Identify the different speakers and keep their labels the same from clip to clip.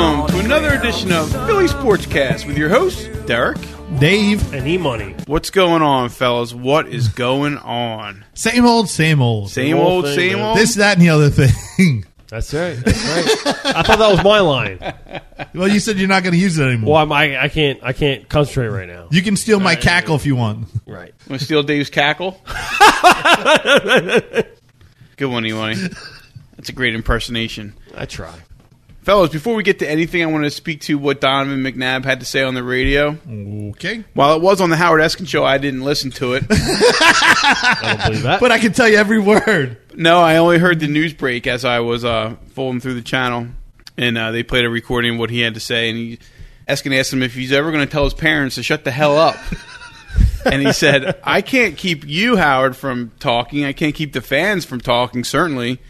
Speaker 1: another edition of Philly Sportscast with your host, Derek.
Speaker 2: Dave,
Speaker 3: and e-money.
Speaker 1: What's going on, fellas? What is going on?
Speaker 2: same old, same old.
Speaker 1: Same
Speaker 3: whole
Speaker 1: old,
Speaker 3: thing,
Speaker 1: same
Speaker 3: man.
Speaker 1: old.
Speaker 2: This, that, and the other thing.
Speaker 3: That's right. That's right. I thought that was my line.
Speaker 2: well, you said you're not going to use it anymore.
Speaker 3: Well, I'm, I I can't I can't concentrate right now.
Speaker 2: you can steal my cackle if you want.
Speaker 3: Right.
Speaker 1: Want to steal Dave's cackle? Good one, Ewaney. That's a great impersonation.
Speaker 3: I try.
Speaker 1: Fellas, before we get to anything, I want to speak to what Donovan McNabb had to say on the radio.
Speaker 2: Okay.
Speaker 1: While it was on the Howard Eskin show, I didn't listen to it.
Speaker 3: I don't believe that.
Speaker 2: But I can tell you every word.
Speaker 1: No, I only heard the news break as I was uh, folding through the channel, and uh, they played a recording of what he had to say. And he, Eskin asked him if he's ever going to tell his parents to shut the hell up. and he said, "I can't keep you, Howard, from talking. I can't keep the fans from talking. Certainly,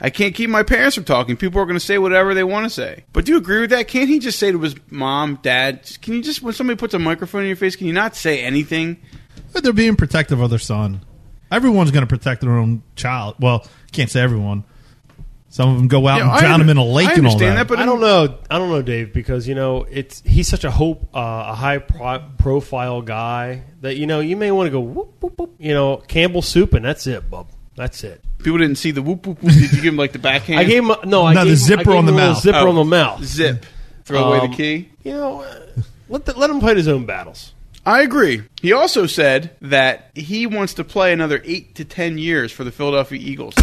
Speaker 1: I can't keep my parents from talking. People are going to say whatever they want to say. But do you agree with that? Can't he just say to his mom, Dad, just- can you just when somebody puts a microphone in your face, can you not say anything?
Speaker 2: But they're being protective of their son. Everyone's going to protect their own child. Well, can't say everyone. Some of them go out
Speaker 1: You know,
Speaker 2: and drown
Speaker 1: un-
Speaker 2: them in a lake
Speaker 1: I
Speaker 2: and all
Speaker 1: understand
Speaker 2: that.
Speaker 1: but
Speaker 3: I don't know. I don't know, Dave, because you know it's he's such a hope, uh, a high pro- profile guy that you know you may want to go. Whoop, whoop, whoop, you know, Campbell soup, and that's it, bub. That's it.
Speaker 1: people didn't see the whoop whoop. whoop. Did you give him like the backhand?
Speaker 3: I gave him a- no. I
Speaker 2: No, the
Speaker 3: gave him- I
Speaker 2: zipper
Speaker 3: gave
Speaker 2: on the
Speaker 3: him a little
Speaker 2: mouth.
Speaker 3: Zipper
Speaker 1: Oh.
Speaker 3: on the mouth.
Speaker 1: Zip. Throw away
Speaker 3: Um,
Speaker 1: the key.
Speaker 3: You know, uh, let the, let him fight his own battles.
Speaker 1: I agree. He also said that he wants to play another eight to ten years for the Philadelphia Eagles.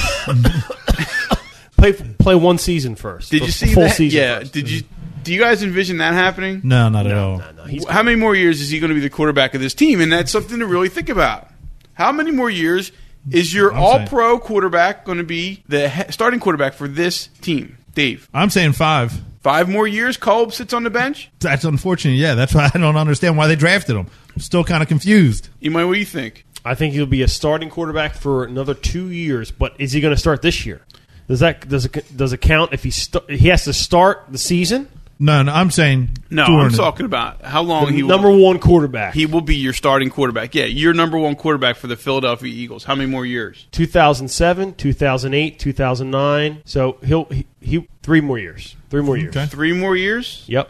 Speaker 3: Play play one season first.
Speaker 1: Did
Speaker 3: F-
Speaker 1: you see
Speaker 3: full
Speaker 1: that?
Speaker 3: season?
Speaker 1: yeah.
Speaker 3: first.
Speaker 1: Did you? Do you guys envision that happening?
Speaker 2: no, not at
Speaker 3: No,
Speaker 2: all.
Speaker 3: no, no. He's
Speaker 1: How many more years is he going to be the quarterback of this team? And that's something to really think about. How many more years is your
Speaker 2: I'm saying-
Speaker 1: All-Pro quarterback going to be the he- starting quarterback for this team, Dave?
Speaker 2: I'm saying five.
Speaker 1: Five more years. Kolb sits on the bench.
Speaker 2: That's unfortunate. Yeah, that's why I don't understand why they drafted him. I'm still kind of confused.
Speaker 1: Imai, what do you think?
Speaker 3: I think he'll be a starting quarterback for another two years. But is he going to start this year? Does that does it does it count if he st- he has to start the season?
Speaker 2: No, no, I'm saying
Speaker 1: No,
Speaker 2: during
Speaker 1: I'm
Speaker 2: it.
Speaker 1: talking about how long he will-
Speaker 3: Number one quarterback.
Speaker 1: He will be your starting quarterback. Yeah, your number one quarterback for the Philadelphia Eagles. How many more years?
Speaker 3: 2007, 2008, 2009. So he'll he, he three more years. Three more years.
Speaker 2: Okay.
Speaker 1: Three more years?
Speaker 3: Yep.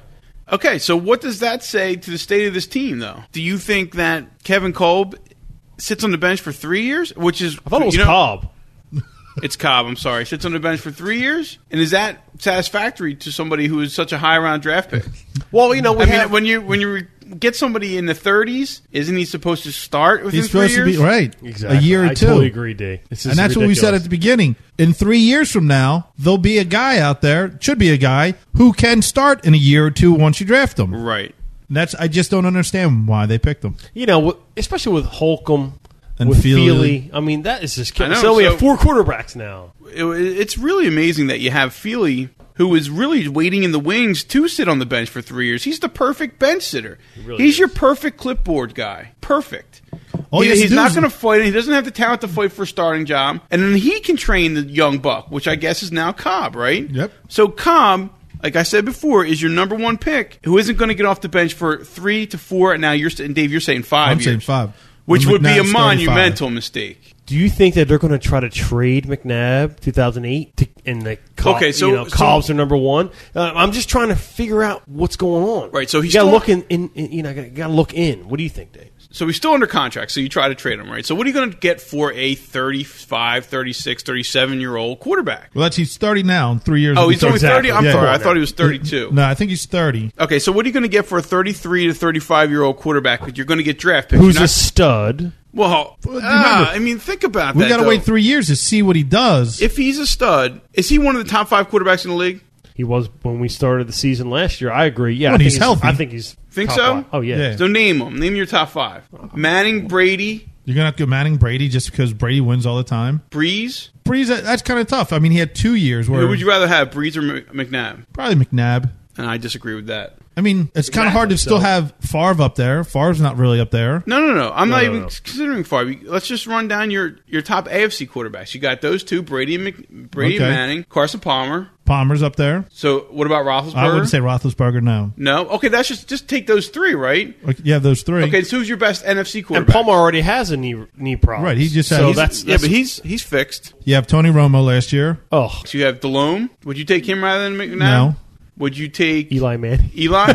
Speaker 1: Okay, so what does that say to the state of this team, though? Do you think that Kevin Kolb sits on the bench for three years? Which is.
Speaker 3: I thought it was
Speaker 1: you know-
Speaker 3: Cobb.
Speaker 1: It's Cobb, I'm sorry. Sits on the bench for three years? And is that satisfactory to somebody who is such a high round draft pick?
Speaker 3: Well, you know, we
Speaker 1: I mean,
Speaker 3: have-
Speaker 1: when you when you re- get somebody in the 30s, isn't he supposed to start within
Speaker 2: He's supposed
Speaker 1: three
Speaker 2: to be
Speaker 1: years?
Speaker 2: right.
Speaker 3: exactly.
Speaker 2: A year or
Speaker 3: I
Speaker 2: two.
Speaker 3: totally agree, D. This is
Speaker 2: and that's what we said
Speaker 3: ridiculous.
Speaker 2: at the beginning. In three years from now, there'll be a guy out there, should be a guy, who can start in a year or two once you draft him.
Speaker 1: Right.
Speaker 2: And that's I just don't understand why they picked him.
Speaker 3: you know, with- especially with Holcomb
Speaker 2: And
Speaker 3: with
Speaker 2: Feely.
Speaker 3: Feely. I mean, that is just
Speaker 1: I
Speaker 3: killing.
Speaker 1: know,
Speaker 3: So we
Speaker 1: so-
Speaker 3: have four quarterbacks now.
Speaker 1: it, it's really amazing that you have Feely, who is really waiting in the wings to sit on the bench for three years. He's the perfect bench sitter.
Speaker 3: really
Speaker 1: he's
Speaker 3: is.
Speaker 1: your perfect clipboard guy. Perfect.
Speaker 2: All
Speaker 1: He-
Speaker 2: Oh, he has to
Speaker 1: he's
Speaker 2: do
Speaker 1: not
Speaker 2: is-
Speaker 1: going to fight. He doesn't have the talent to fight for a starting job, and then he can train the young buck, which I guess is now Cobb, right?
Speaker 2: Yep.
Speaker 1: So Cobb, like I said before, is your number one pick, who isn't going to get off the bench for three to four. And now you're and Dave, you're saying 5
Speaker 2: I'm
Speaker 1: years,
Speaker 2: saying five.
Speaker 1: which
Speaker 2: When
Speaker 1: would be a
Speaker 2: McNabb's 35.
Speaker 1: monumental mistake.
Speaker 3: Do you think that they're going to try to trade McNabb 2008 to, and the Cobb,
Speaker 1: Okay, so-
Speaker 3: you know,
Speaker 1: so-
Speaker 3: Cobb's are number one? Uh, I'm just trying to figure out what's going on.
Speaker 1: Right, so he's
Speaker 3: got to
Speaker 1: still-
Speaker 3: look in, in, in. You know, got to look in. What do you think, Dave?
Speaker 1: So he's still under contract, so you try to trade him, right? So what are you going to get for a 35, 36, 37 year old quarterback?
Speaker 2: Well, that's he's thirty now. In three years,
Speaker 1: Oh,
Speaker 2: he'll be
Speaker 1: he's only 30? I'm
Speaker 2: Yeah.
Speaker 1: sorry. I thought he was 32.
Speaker 2: No, I think he's thirty.
Speaker 1: Okay, so what are you going to get for a 33 to 35 year old quarterback that you're going to get draft picks?
Speaker 3: Who's
Speaker 1: You're
Speaker 3: a
Speaker 1: not-
Speaker 3: stud?
Speaker 1: Well,
Speaker 2: remember-
Speaker 1: ah, I mean, think about
Speaker 2: We
Speaker 1: that.
Speaker 2: got to
Speaker 1: though.
Speaker 2: wait three years to see what he does.
Speaker 1: If he's a stud, is he one of the top five quarterbacks in the league?
Speaker 3: He was when we started the season last year. I agree. Yeah,
Speaker 2: When
Speaker 3: I think
Speaker 2: he's healthy.
Speaker 3: I think he's
Speaker 1: Think
Speaker 3: top
Speaker 1: so?
Speaker 3: five. Oh yeah.
Speaker 2: Yeah.
Speaker 1: So name him. Name your top five Manning, Brady,
Speaker 2: You're gonna have to go Manning Brady just because Brady wins all the time.
Speaker 1: Breeze.
Speaker 2: Breeze, that- that's kind of tough. I mean, he had two years where
Speaker 1: Who would you rather have, Breeze or Mc- McNabb?
Speaker 2: probably McNabb.
Speaker 1: And I disagree with that.
Speaker 2: I mean, it's kind
Speaker 3: Exactly.
Speaker 2: of hard to still
Speaker 3: So-
Speaker 2: have Favre up there. Favre's not really up there.
Speaker 1: No, no, no. I'm not
Speaker 3: no,
Speaker 1: even
Speaker 3: no.
Speaker 1: considering Favre. Let's just run down your, your top AFC quarterbacks. You got those two: Brady, and Mc, Brady and
Speaker 2: Okay.
Speaker 1: Manning, Carson Palmer.
Speaker 2: Palmer's up there.
Speaker 1: So what about Roethlisberger?
Speaker 2: I wouldn't say Roethlisberger. No,
Speaker 1: no. Okay, that's just just take those three, right?
Speaker 2: like, you have those three.
Speaker 1: Okay, so who's your best NFC
Speaker 3: And
Speaker 1: quarterback?
Speaker 3: Palmer already has a knee knee problem.
Speaker 2: Right, he just had-
Speaker 3: so
Speaker 2: he's-
Speaker 3: that's,
Speaker 1: yeah,
Speaker 3: that's
Speaker 1: but he's he's fixed.
Speaker 2: You have Tony Romo last year.
Speaker 3: oh
Speaker 1: So you have Delhomme. Would you take him rather than McNabb?
Speaker 2: No,
Speaker 1: Would you take
Speaker 3: Eli Manning.
Speaker 1: Eli?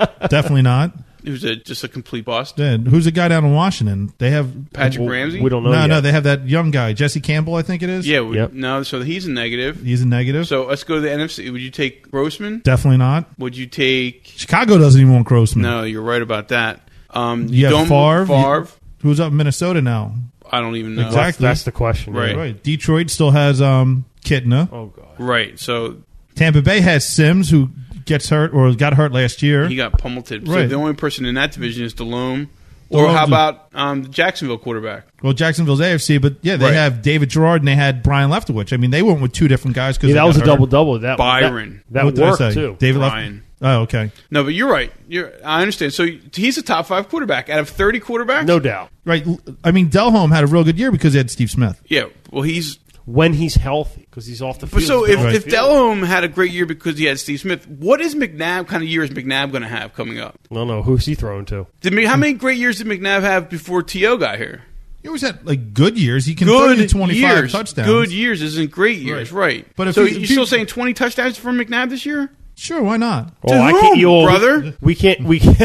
Speaker 2: Definitely not.
Speaker 1: Who's a, just a complete bust?
Speaker 2: Yeah, who's the guy down in Washington? They have
Speaker 1: Patrick
Speaker 3: Well,
Speaker 1: Ramsey?
Speaker 3: We don't know.
Speaker 2: no,
Speaker 3: yet.
Speaker 2: no. They have that young guy, Jesse Campbell, I think it is.
Speaker 1: Yeah, we,
Speaker 3: Yep.
Speaker 1: no. So he's a negative.
Speaker 2: he's a negative.
Speaker 1: So let's go to the NFC. Would you take Grossman?
Speaker 2: Definitely not.
Speaker 1: Would you take?
Speaker 2: Chicago doesn't even want Grossman.
Speaker 1: No, you're right about that. Um,
Speaker 2: You
Speaker 1: don't-
Speaker 2: have Favre.
Speaker 1: Favre.
Speaker 2: Who's up in Minnesota now?
Speaker 1: I don't even know.
Speaker 2: Exactly.
Speaker 3: That's, that's the question. yeah.
Speaker 1: Right.
Speaker 2: Right. Detroit still has um, Kitna.
Speaker 3: Oh god.
Speaker 1: Right. So
Speaker 2: Tampa Bay has Sims, who gets hurt or got hurt last year.
Speaker 1: he got pummeled. So
Speaker 2: Right.
Speaker 1: the only person in that division is Delhomme. Or
Speaker 2: Delhomme's
Speaker 1: how
Speaker 2: a-
Speaker 1: about um, the Jacksonville quarterback?
Speaker 2: well, Jacksonville's AFC, but yeah, they
Speaker 1: Right.
Speaker 2: have David Gerard and they had Brian Leftwich. I mean, they went with two different guys because
Speaker 3: Yeah, that was a double double. That
Speaker 1: Byron.
Speaker 3: That, that worked too.
Speaker 2: David
Speaker 1: Brian.
Speaker 2: Leftwich. Oh, okay.
Speaker 1: No, but you're right. You're, I understand. So he's a top five quarterback out of 30 quarterbacks.
Speaker 3: No doubt.
Speaker 2: Right. L- I mean, Delholm had a real good year because he had Steve Smith.
Speaker 1: Yeah. Well, he's
Speaker 3: When he's healthy, because he's off the
Speaker 1: But
Speaker 3: field.
Speaker 1: so
Speaker 3: he's
Speaker 1: if,
Speaker 3: been off
Speaker 1: if
Speaker 3: the field.
Speaker 1: Delhomme had a great year because he had Steve Smith, what is McNabb kind of year is McNabb going to have coming up?
Speaker 3: I don't know who's he throwing to.
Speaker 1: Did, Mc- how many great years did McNabb have before T.O. got here?
Speaker 2: He always had like good years. He converted
Speaker 1: Good
Speaker 2: 25
Speaker 1: years,
Speaker 2: touchdowns.
Speaker 1: good years isn't great years,
Speaker 2: Right.
Speaker 1: right?
Speaker 2: But if
Speaker 1: so
Speaker 2: he-
Speaker 1: you're
Speaker 2: if
Speaker 1: still
Speaker 2: he-
Speaker 1: saying twenty touchdowns from McNabb this year?
Speaker 2: Sure, why not?
Speaker 1: To
Speaker 3: Oh, I
Speaker 1: whom,
Speaker 3: can't, you'll-
Speaker 1: brother?
Speaker 3: We can't. We can't,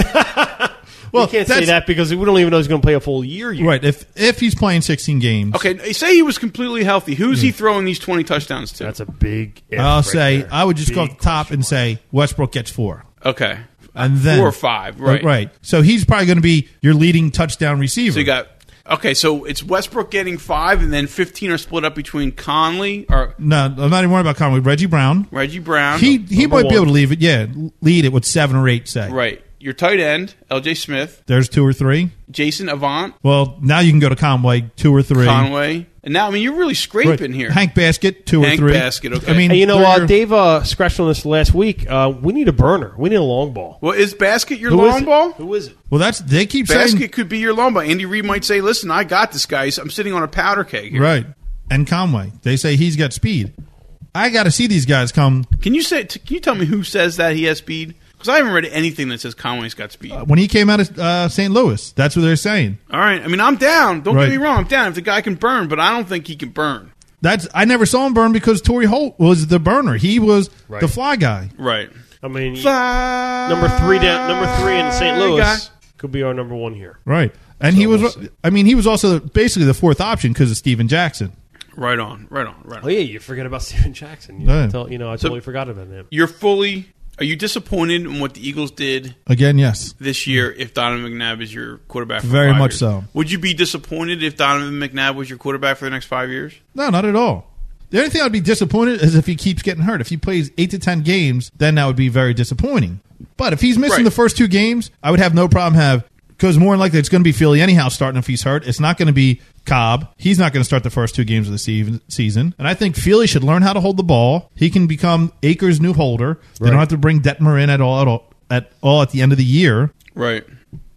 Speaker 2: Well,
Speaker 3: we can't say
Speaker 2: that's-
Speaker 3: that because we don't even know he's going to play a full year yet.
Speaker 2: Right. If if he's playing 16 games,
Speaker 1: Okay, say he was completely healthy. Who's
Speaker 2: Hmm.
Speaker 1: he throwing these twenty touchdowns to?
Speaker 3: That's a big. If
Speaker 2: I'll
Speaker 3: right
Speaker 2: say
Speaker 3: there.
Speaker 2: I would just go off
Speaker 3: Big
Speaker 2: the top and say Westbrook gets four,
Speaker 1: okay,
Speaker 2: and then
Speaker 1: four or five, right?
Speaker 2: So he's probably going to be your leading touchdown receiver.
Speaker 1: So you got okay. So it's Westbrook getting five, and then fifteen are split up between Conley or
Speaker 2: no, I'm not even worried about Conway. Reggie Brown.
Speaker 1: Reggie Brown.
Speaker 2: He he
Speaker 3: Number
Speaker 2: might be
Speaker 3: one.
Speaker 2: able to leave it. Yeah, lead it with seven or eight. Say
Speaker 1: right. Your tight end, L.J. Smith.
Speaker 2: there's two or three.
Speaker 1: Jason Avant,
Speaker 2: Well, now you can go to Conway two or three.
Speaker 1: Conway, and now I mean you're really
Speaker 2: Right.
Speaker 1: scraping here.
Speaker 2: Hank Basket two
Speaker 1: Hank
Speaker 2: or three.
Speaker 1: Basket, okay.
Speaker 2: I mean,
Speaker 3: Hey, you know,
Speaker 2: they're
Speaker 3: uh,
Speaker 2: your-
Speaker 3: Dave uh, scratched on this last week. Uh, we need a burner. We need a long ball.
Speaker 1: well, is basket your
Speaker 3: Who is
Speaker 1: long
Speaker 3: it?
Speaker 1: ball?
Speaker 3: Who is it?
Speaker 2: Well, that's they keep saying
Speaker 1: Basket could be your long ball. Andy Reid might say, "Listen, I got this guy. I'm sitting on a powder keg." Here.
Speaker 2: right. And Conway, they say he's got speed. I got to see these guys come
Speaker 1: Can you say? T- can you tell me who says that he has speed? Because I haven't read anything that says Conway's got speed.
Speaker 2: when he came out of uh, St. Louis. That's what they're saying.
Speaker 1: All right. I mean, I'm down. Don't
Speaker 2: Right.
Speaker 1: get me wrong. I'm down if the guy can burn, but I don't think he can burn.
Speaker 2: That's I never saw him burn because Torrey Holt was the burner. He was
Speaker 3: Right.
Speaker 2: the fly guy.
Speaker 1: Right.
Speaker 3: I mean, number
Speaker 1: Number
Speaker 3: three down, number three in St. Louis could be our number one here.
Speaker 2: Right. And he
Speaker 3: So
Speaker 2: was
Speaker 3: we'll see.
Speaker 2: I mean he was also basically the fourth option because of Steven Jackson.
Speaker 1: Right on. Right on. Right
Speaker 3: Oh
Speaker 1: on.
Speaker 3: yeah, you forget about Steven Jackson. You,
Speaker 2: Yeah.
Speaker 3: tell- you know, I
Speaker 1: So-
Speaker 3: totally forgot about him.
Speaker 1: You're fully. Are you disappointed in what the Eagles did
Speaker 2: Again, yes.
Speaker 1: this year if Donovan McNabb is your quarterback. For
Speaker 2: Very
Speaker 1: five
Speaker 2: much
Speaker 1: years.
Speaker 2: so.
Speaker 1: Would you be disappointed if Donovan McNabb was your quarterback for the next five years?
Speaker 2: No, not at all. The only thing I'd be disappointed is if he keeps getting hurt. If he plays eight to ten games, then that would be very disappointing. But if he's missing
Speaker 1: Right.
Speaker 2: the first two games, I would have no problem have because more than likely it's going to be Philly anyhow starting if he's hurt. It's not going to be Cobb. He's not going to start the first two games of the se- season. And I think Philly should learn how to hold the ball. He can become Akers' new holder. They
Speaker 3: Right.
Speaker 2: don't have to bring Detmer in at all, at all at all at the end of the year.
Speaker 1: Right.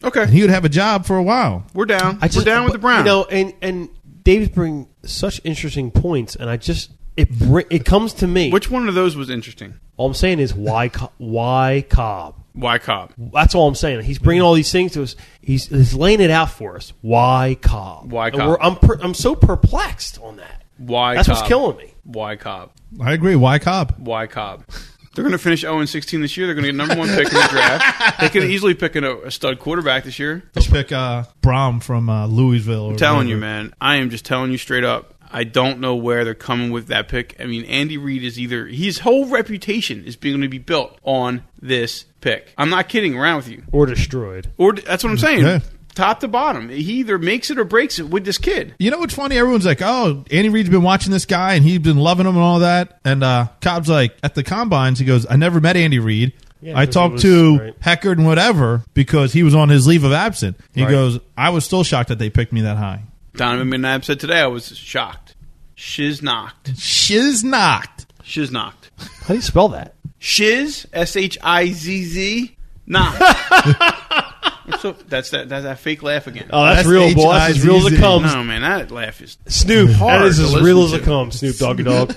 Speaker 1: Okay.
Speaker 2: And he would have a job for a while.
Speaker 1: We're down. We're down with the Browns.
Speaker 3: You know, and and Dave's bring such interesting points, and I just it bri- it comes to me.
Speaker 1: Which one of those was interesting?
Speaker 3: all I'm saying is why Co- why Cobb?
Speaker 1: Why Cobb?
Speaker 3: That's all I'm saying. He's bringing
Speaker 1: Hmm.
Speaker 3: all these things to us. He's, he's laying it out for us. Why Cobb?
Speaker 1: Why
Speaker 3: And
Speaker 1: Cobb?
Speaker 3: we're- I'm per, I'm so perplexed on that.
Speaker 1: Why
Speaker 3: That's
Speaker 1: Cobb?
Speaker 3: what's killing me.
Speaker 1: Why Cobb?
Speaker 2: I agree. Why Cobb?
Speaker 1: Why Cobb? They're going to finish 0 and 16 this year. They're going to get number one pick in the draft. They could easily pick in a, a stud quarterback this year.
Speaker 2: Let's pick uh, Brom from uh, Louisville. or
Speaker 1: I'm telling you,
Speaker 2: whatever.
Speaker 1: man. I am just telling you straight up. I don't know where they're coming with that pick. I mean, Andy Reid is either his whole reputation is going to be built on this pick. I'm not kidding around with you.
Speaker 3: Or destroyed.
Speaker 1: Or that's what I'm saying.
Speaker 2: Yeah.
Speaker 1: Top to bottom, he either makes it or breaks it with this kid.
Speaker 2: You know what's funny? Everyone's like, "Oh, Andy Reid's been watching this guy and he's been loving him and all that." And uh, Cobb's like, at the combines, he goes, "I never met Andy Reid.
Speaker 3: Yeah,
Speaker 2: I
Speaker 3: 'cause
Speaker 2: talked
Speaker 3: it was-
Speaker 2: to
Speaker 3: right.
Speaker 2: Heckard and whatever because he was on his leave of absence." He
Speaker 3: Right.
Speaker 2: goes, "I was still shocked that they picked me that high."
Speaker 1: Donovan McNabb said today, "I was shocked, shiz knocked,
Speaker 2: Shiz knocked.
Speaker 1: shiz knocked,
Speaker 3: How do you spell that?
Speaker 1: shiz s h i z z knocked." so that's that that's that fake laugh again.
Speaker 3: Oh, that's,
Speaker 2: That's
Speaker 3: real, boy. That's as real as it
Speaker 2: H-I-Z-Z.
Speaker 3: comes.
Speaker 1: no man, that laugh is
Speaker 3: Snoop.
Speaker 1: Hard
Speaker 3: that is as
Speaker 1: to
Speaker 3: real as
Speaker 1: listen
Speaker 3: it
Speaker 1: to.
Speaker 3: comes, Snoop Doggy Dog.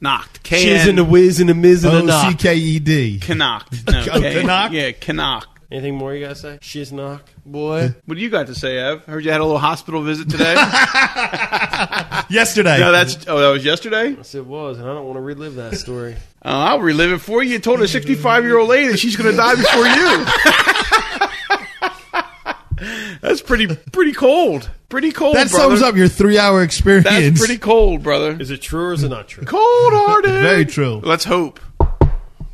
Speaker 1: knocked. K
Speaker 3: She's in the
Speaker 1: N
Speaker 3: whiz and the miz and the
Speaker 2: O C
Speaker 3: knock.
Speaker 2: K E D.
Speaker 1: knocked. No,
Speaker 2: Oh,
Speaker 1: K-
Speaker 2: knocked?
Speaker 1: Yeah, knocked.
Speaker 3: Anything more you got to say? Shiznock, boy.
Speaker 1: What do you got to say, Ev? Heard you had a little hospital visit today.
Speaker 2: Yesterday.
Speaker 1: no, that's oh, that was yesterday.
Speaker 3: yes, it was, and I don't want to relive that story.
Speaker 1: Uh, I'll relive it for you. You told a 65 year old lady that she's going to die before you. that's pretty pretty cold. Pretty cold.
Speaker 2: that
Speaker 1: brother.
Speaker 2: sums up your three hour experience.
Speaker 1: That's pretty cold, brother.
Speaker 3: Is it true or is it not true?
Speaker 1: Cold hearted.
Speaker 2: Very true.
Speaker 1: Let's hope.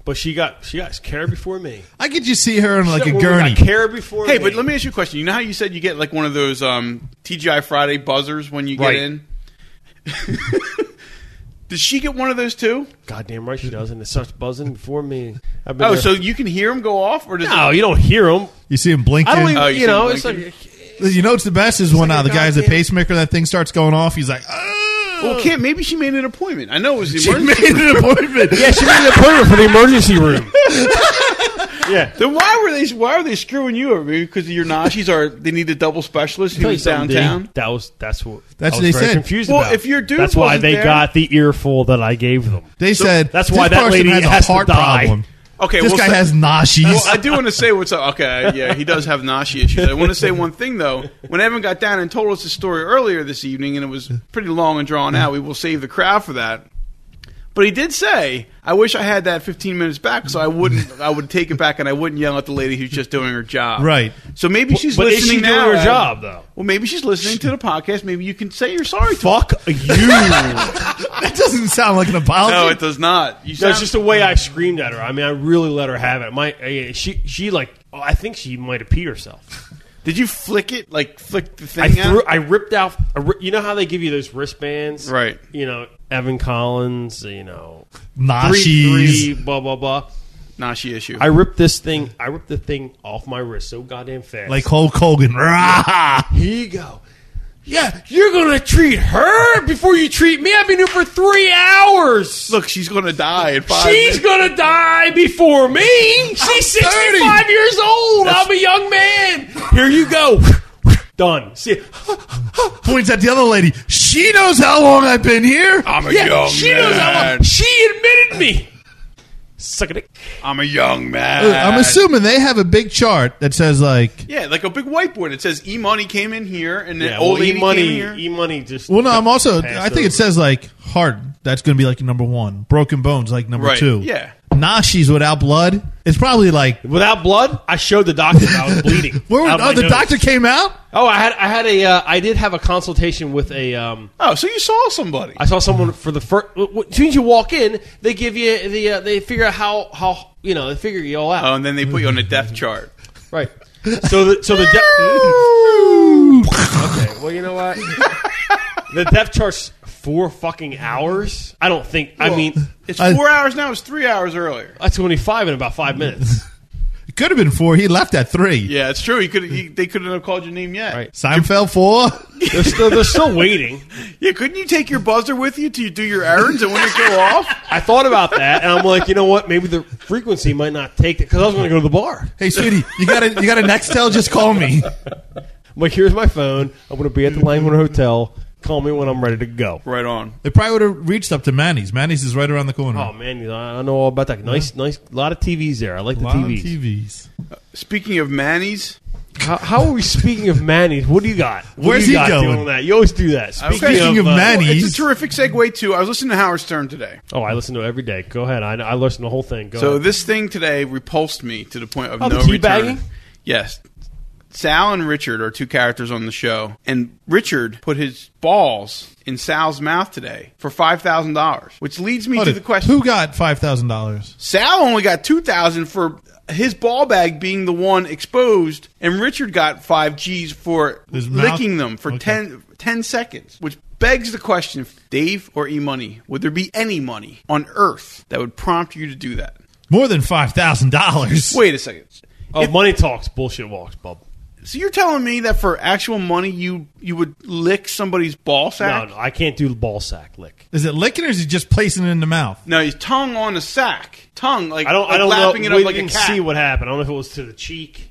Speaker 3: But she got she got scared before me.
Speaker 2: I could just see her on like
Speaker 3: She
Speaker 2: a
Speaker 3: got
Speaker 2: gurney.
Speaker 3: Scared before
Speaker 1: Hey,
Speaker 3: me.
Speaker 1: but let me ask you a question. You know how you said you get like one of those um, TGI Friday buzzers when you get
Speaker 3: Right.
Speaker 1: in? Does she get one of those too?
Speaker 3: Goddamn right she does, and it starts buzzing before me. I've been
Speaker 1: Oh,
Speaker 3: there-
Speaker 1: so you can hear them go off, or does
Speaker 3: no, you don't hear them.
Speaker 2: You see him blinking.
Speaker 3: I don't even.
Speaker 1: Oh, you
Speaker 3: you know,
Speaker 1: see
Speaker 3: it's
Speaker 1: blinking.
Speaker 3: like
Speaker 2: you know what's the best is when
Speaker 3: like
Speaker 2: uh,
Speaker 3: a
Speaker 2: the guy's the
Speaker 3: goddamn-
Speaker 2: pacemaker. That thing starts going off. He's like, oh.
Speaker 1: It, well, can't maybe she made an appointment? I know it was the
Speaker 2: She
Speaker 1: emergency.
Speaker 2: made an appointment.
Speaker 3: yeah, she made an appointment for the emergency room. yeah,
Speaker 1: Then why were they? Why are they screwing you over? Maybe because your Nashis are they need a double specialist
Speaker 3: Tell
Speaker 1: who
Speaker 3: you
Speaker 1: is
Speaker 3: something,
Speaker 1: downtown.
Speaker 3: D. That was that's what
Speaker 2: That's
Speaker 3: I
Speaker 2: what
Speaker 3: was
Speaker 2: they
Speaker 3: very
Speaker 2: said.
Speaker 3: Confused
Speaker 1: Well,
Speaker 3: about.
Speaker 1: if your dude
Speaker 3: that's why
Speaker 1: wasn't
Speaker 3: they
Speaker 1: there-
Speaker 3: got the earful that I gave them.
Speaker 2: They said
Speaker 3: that's
Speaker 2: "This
Speaker 3: why that
Speaker 2: person
Speaker 3: lady
Speaker 2: has
Speaker 3: has
Speaker 2: a
Speaker 3: to
Speaker 2: heart
Speaker 3: die."
Speaker 2: problem.
Speaker 1: Okay,
Speaker 2: this
Speaker 1: well,
Speaker 2: guy
Speaker 1: so-
Speaker 2: has noshes.
Speaker 1: Well, I do want to say what's up. Okay, yeah, he does have nausea issues. I want to say one thing though. When Evan got down and told us the story earlier this evening, and it was pretty long and drawn out, we will save the crowd for that. But he did say, "I wish I had that 15 minutes back, so I wouldn't. I would take it back, and I wouldn't yell at the lady who's just doing her job."
Speaker 2: Right.
Speaker 1: So maybe she's
Speaker 3: but is
Speaker 1: listening
Speaker 3: she doing
Speaker 1: now. uh,
Speaker 3: her
Speaker 1: Evan.
Speaker 3: job, though?
Speaker 1: Well, maybe she's listening to the podcast. Maybe you can say you're sorry to
Speaker 3: Fuck you.
Speaker 2: that doesn't sound like an apology.
Speaker 1: No, it does not. You
Speaker 3: That's
Speaker 1: sound-
Speaker 3: just the way I screamed at her. I mean, I really let her have it. My uh, she she like oh, I think she might have peed herself.
Speaker 1: did you flick it? Like flick the thing
Speaker 3: I threw
Speaker 1: out?
Speaker 3: I ripped out. I ri- you know how they give you those wristbands,
Speaker 1: Right.
Speaker 3: You know Evan Collins. You know three
Speaker 2: noshes.
Speaker 3: three blah blah blah.
Speaker 1: Nashi issue.
Speaker 3: I ripped this thing. I ripped the thing off my wrist so goddamn fast.
Speaker 2: like Hulk Hogan. Rah!
Speaker 3: here you go. Yeah, you're gonna treat her before you treat me. I've been here for three hours.
Speaker 1: Look, she's gonna die in five.
Speaker 3: She's gonna die before me. She's 65 years old. I'm a young man. Here you go. Done. See,
Speaker 2: Points at the other lady. She knows how long I've been here.
Speaker 1: I'm a
Speaker 3: yeah,
Speaker 1: young
Speaker 3: she
Speaker 1: man.
Speaker 3: knows how long. She admitted me. Suck a dick.
Speaker 1: I'm a young man.
Speaker 3: Uh,
Speaker 2: I'm assuming they have a big chart that says like.
Speaker 1: Yeah, like a big whiteboard. It says E Money came in here, and then
Speaker 3: Yeah,
Speaker 1: old
Speaker 3: well,
Speaker 1: lady
Speaker 3: e money.
Speaker 1: came in here.
Speaker 3: E money just.
Speaker 2: Well, no, I'm also.
Speaker 3: Passed
Speaker 2: I think
Speaker 3: over.
Speaker 2: it says like heart. That's going to be like number one. Broken bones, like number
Speaker 1: Right,
Speaker 2: two.
Speaker 1: yeah.
Speaker 2: Nashi's without blood. It's probably like.
Speaker 3: Without blood, I showed the doctor that I was bleeding.
Speaker 2: Where were,
Speaker 3: out of my
Speaker 2: oh, the
Speaker 3: nose.
Speaker 2: doctor came out.
Speaker 3: Oh, I had I had a uh, I did have a consultation with a um,
Speaker 1: Oh, so you saw somebody?
Speaker 3: I saw someone for the first. As soon as you walk in, they give you the. Uh, they figure out how how you know they figure you all out.
Speaker 1: Oh, and then they put you on a death chart.
Speaker 3: right. So the so the de- okay. Well, you know what? the depth chart's four fucking hours. I don't think. I mean,
Speaker 1: It's
Speaker 2: I-
Speaker 1: four hours now. It's three hours earlier.
Speaker 3: that's only five in about five minutes.
Speaker 2: It could have been four. He left at three.
Speaker 1: Yeah, it's true. He could. He, they couldn't have called your name yet.
Speaker 3: Right.
Speaker 2: Seinfeld four.
Speaker 3: They're still they're still waiting.
Speaker 1: Yeah, couldn't you take your buzzer with you to do your errands and when it go off?
Speaker 3: I thought about that, and I'm like, you know what? Maybe the frequency might not take it because I was going to go to the bar.
Speaker 2: hey, sweetie, you got a you got a Nextel? Just call me.
Speaker 3: I'm like, here's my phone. I'm going to be at the Langwood Hotel. Call me when I'm ready to go.
Speaker 1: Right on.
Speaker 2: They probably would have reached up to Manny's. Manny's is right around the corner.
Speaker 3: Oh man, you know, I I know all about that. Nice, nice, lot of TVs there. I like
Speaker 2: A
Speaker 3: the
Speaker 2: lot of
Speaker 3: TVs.
Speaker 2: TVs.
Speaker 1: Speaking of Manny's,
Speaker 3: How, how are we speaking of Manny's? What do you got? What
Speaker 2: Where's
Speaker 3: do you
Speaker 2: he
Speaker 3: got
Speaker 2: going?
Speaker 3: doing that? You always do that. Speaking,
Speaker 2: Speaking of
Speaker 3: uh,
Speaker 2: Manny-
Speaker 1: well, it's
Speaker 2: Manny's.
Speaker 1: a terrific segue to. I was listening to Howard Stern today.
Speaker 3: oh, I listen to it every day. Go ahead. I, I listen to the whole thing. Go
Speaker 1: So
Speaker 3: ahead.
Speaker 1: this thing today repulsed me to the point of
Speaker 3: Oh, the
Speaker 1: no
Speaker 3: teabagging?
Speaker 1: return. Yes. Sal and Richard are two characters on the show, and Richard put his balls in Sal's mouth today for five thousand dollars, which leads me
Speaker 2: Hold
Speaker 1: to
Speaker 2: it.
Speaker 1: the question:
Speaker 2: Oh, Who got five thousand dollars?
Speaker 1: Sal only got two thousand for his ball bag being the one exposed, and Richard got five G's for
Speaker 2: His mouth?
Speaker 1: licking them for
Speaker 2: Okay.
Speaker 1: ten ten 10 seconds, which begs the question: Dave or E Money, would there be any money on Earth that would prompt you to do that?
Speaker 2: More than five thousand dollars.
Speaker 1: Wait a second.
Speaker 3: oh, money talks, bullshit walks, bub.
Speaker 1: So you're telling me that for actual money, you you would lick somebody's ball
Speaker 3: No,
Speaker 1: sack?
Speaker 3: no, I can't do the ball sack lick.
Speaker 2: Is it licking or is he just placing it in the mouth?
Speaker 1: No, his tongue on a sack, tongue like
Speaker 3: I don't.
Speaker 1: like
Speaker 3: I don't know.
Speaker 1: lapping
Speaker 3: We
Speaker 1: it up like a
Speaker 3: didn't
Speaker 1: cat.
Speaker 3: see
Speaker 1: what-,
Speaker 3: what happened. I don't know if it was to the cheek.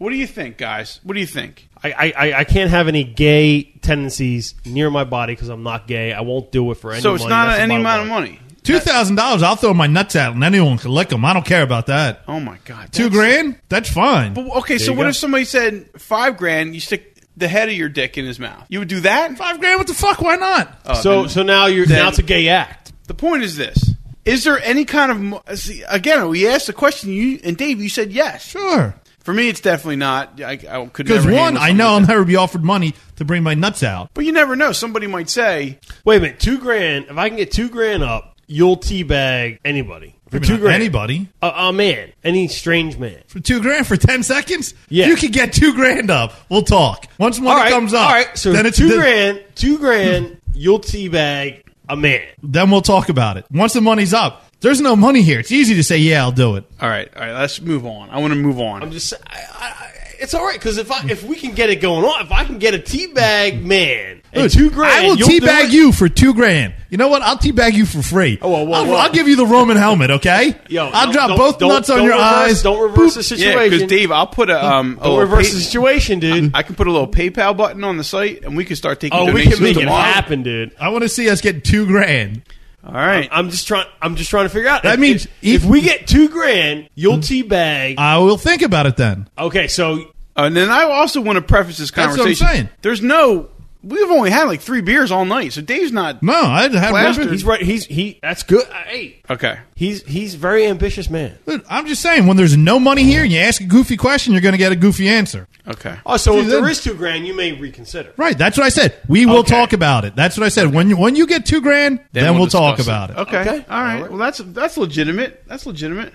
Speaker 1: do you think, guys? What do you think?
Speaker 3: I, I, I- I can't have any gay tendencies near my body because I'm not gay. I won't do it for any.
Speaker 1: so it's
Speaker 3: money.
Speaker 1: not
Speaker 3: That's the
Speaker 1: any
Speaker 3: bottom
Speaker 1: amount of
Speaker 3: line.
Speaker 1: money.
Speaker 2: Two thousand dollars, I'll throw my nuts out, and anyone can lick them. I don't care about that.
Speaker 1: Oh my god.
Speaker 2: Two
Speaker 1: that's-
Speaker 2: grand? That's fine.
Speaker 1: But, okay, so
Speaker 3: you
Speaker 1: what
Speaker 3: go.
Speaker 1: if somebody said five grand? You stick the head of your dick in his mouth. You would do that?
Speaker 2: Five grand? What the fuck? Why not?
Speaker 1: Oh,
Speaker 3: so
Speaker 1: then-
Speaker 3: so now you're
Speaker 1: then-
Speaker 3: now it's a gay act.
Speaker 1: The point is this: Is there any kind of mo- see, again? We asked the question, you and Dave, you said yes.
Speaker 2: Sure.
Speaker 1: For me, it's definitely not. I, I could
Speaker 2: Because
Speaker 1: never
Speaker 2: one,
Speaker 1: handle
Speaker 2: I
Speaker 1: something
Speaker 2: know
Speaker 1: like
Speaker 2: I'll
Speaker 1: that.
Speaker 2: never be offered money to bring my nuts out.
Speaker 1: But you never know. Somebody might say,
Speaker 3: Wait a minute, two grand. If I can get two grand up, you'll teabag anybody for
Speaker 2: Maybe
Speaker 3: two
Speaker 2: not
Speaker 3: grand.
Speaker 2: Anybody
Speaker 3: a, a man, any strange man.
Speaker 2: for two grand for ten seconds?
Speaker 3: Yeah.
Speaker 2: You can get two grand up. We'll talk once money comes up.
Speaker 3: all right. So
Speaker 2: then it's
Speaker 3: two
Speaker 2: then-
Speaker 3: grand, two grand. You'll teabag a man.
Speaker 2: Then we'll talk about it once the money's up. There's no money here. It's easy to say, yeah, I'll do it.
Speaker 1: "All right, all right, let's move on. I want to move on."
Speaker 3: I'm just. I, I, I- it's all right because if I if we can get it going on, if I can get a teabag man
Speaker 2: Dude,
Speaker 3: and two grand,
Speaker 2: I will
Speaker 3: you'll do
Speaker 2: teabag
Speaker 3: it.
Speaker 2: you for two grand. You know what? I'll teabag you for free.
Speaker 3: Oh, whoa, whoa,
Speaker 2: I'll,
Speaker 3: whoa.
Speaker 2: I'll give you the Roman helmet, okay?
Speaker 3: Yo,
Speaker 2: I'll
Speaker 3: don't-
Speaker 2: drop
Speaker 3: don't-
Speaker 2: both
Speaker 3: don't-
Speaker 2: nuts on
Speaker 3: don't
Speaker 2: your
Speaker 3: reverse-
Speaker 2: eyes.
Speaker 3: Don't reverse the
Speaker 1: yeah,
Speaker 3: situation.
Speaker 1: because Dave, I'll put a um.
Speaker 3: don't
Speaker 1: a
Speaker 3: reverse
Speaker 1: pa-
Speaker 3: the situation, dude.
Speaker 1: I can put a little PayPal button on the site, and we can start taking.
Speaker 3: oh, we
Speaker 1: donations
Speaker 3: can make it
Speaker 1: tomorrow.
Speaker 3: happen, dude.
Speaker 2: I want to see us get two grand.
Speaker 1: All right,
Speaker 3: I'm just trying. I'm just trying to figure out.
Speaker 2: That
Speaker 3: if,
Speaker 2: means
Speaker 3: if,
Speaker 2: if-
Speaker 3: if we get two grand, you'll teabag.
Speaker 2: I will think about it then.
Speaker 3: Okay, so
Speaker 1: Uh, and then I also want to preface this
Speaker 2: That's what I'm
Speaker 1: conversation.
Speaker 2: saying.
Speaker 1: There's no. We've only had like three beers all night, so Dave's not
Speaker 2: No, I have
Speaker 1: Plastered.
Speaker 3: he's right. He's he. That's good. Hey,
Speaker 1: okay.
Speaker 3: he's he's a very ambitious man.
Speaker 2: Dude, I'm just saying, when there's no money here and you ask a goofy question, you're going to get a goofy answer.
Speaker 1: Okay.
Speaker 3: Oh, so
Speaker 2: See,
Speaker 3: if
Speaker 2: then-
Speaker 3: there is two grand, you may reconsider.
Speaker 2: Right. That's what I said. We will
Speaker 3: Okay.
Speaker 2: talk about it. That's what I said. When you, when you get two grand, then, we'll, talk
Speaker 1: discuss
Speaker 2: about it.
Speaker 1: Okay.
Speaker 3: Okay.
Speaker 1: All right.
Speaker 3: All right.
Speaker 1: Well, that's that's legitimate. That's legitimate.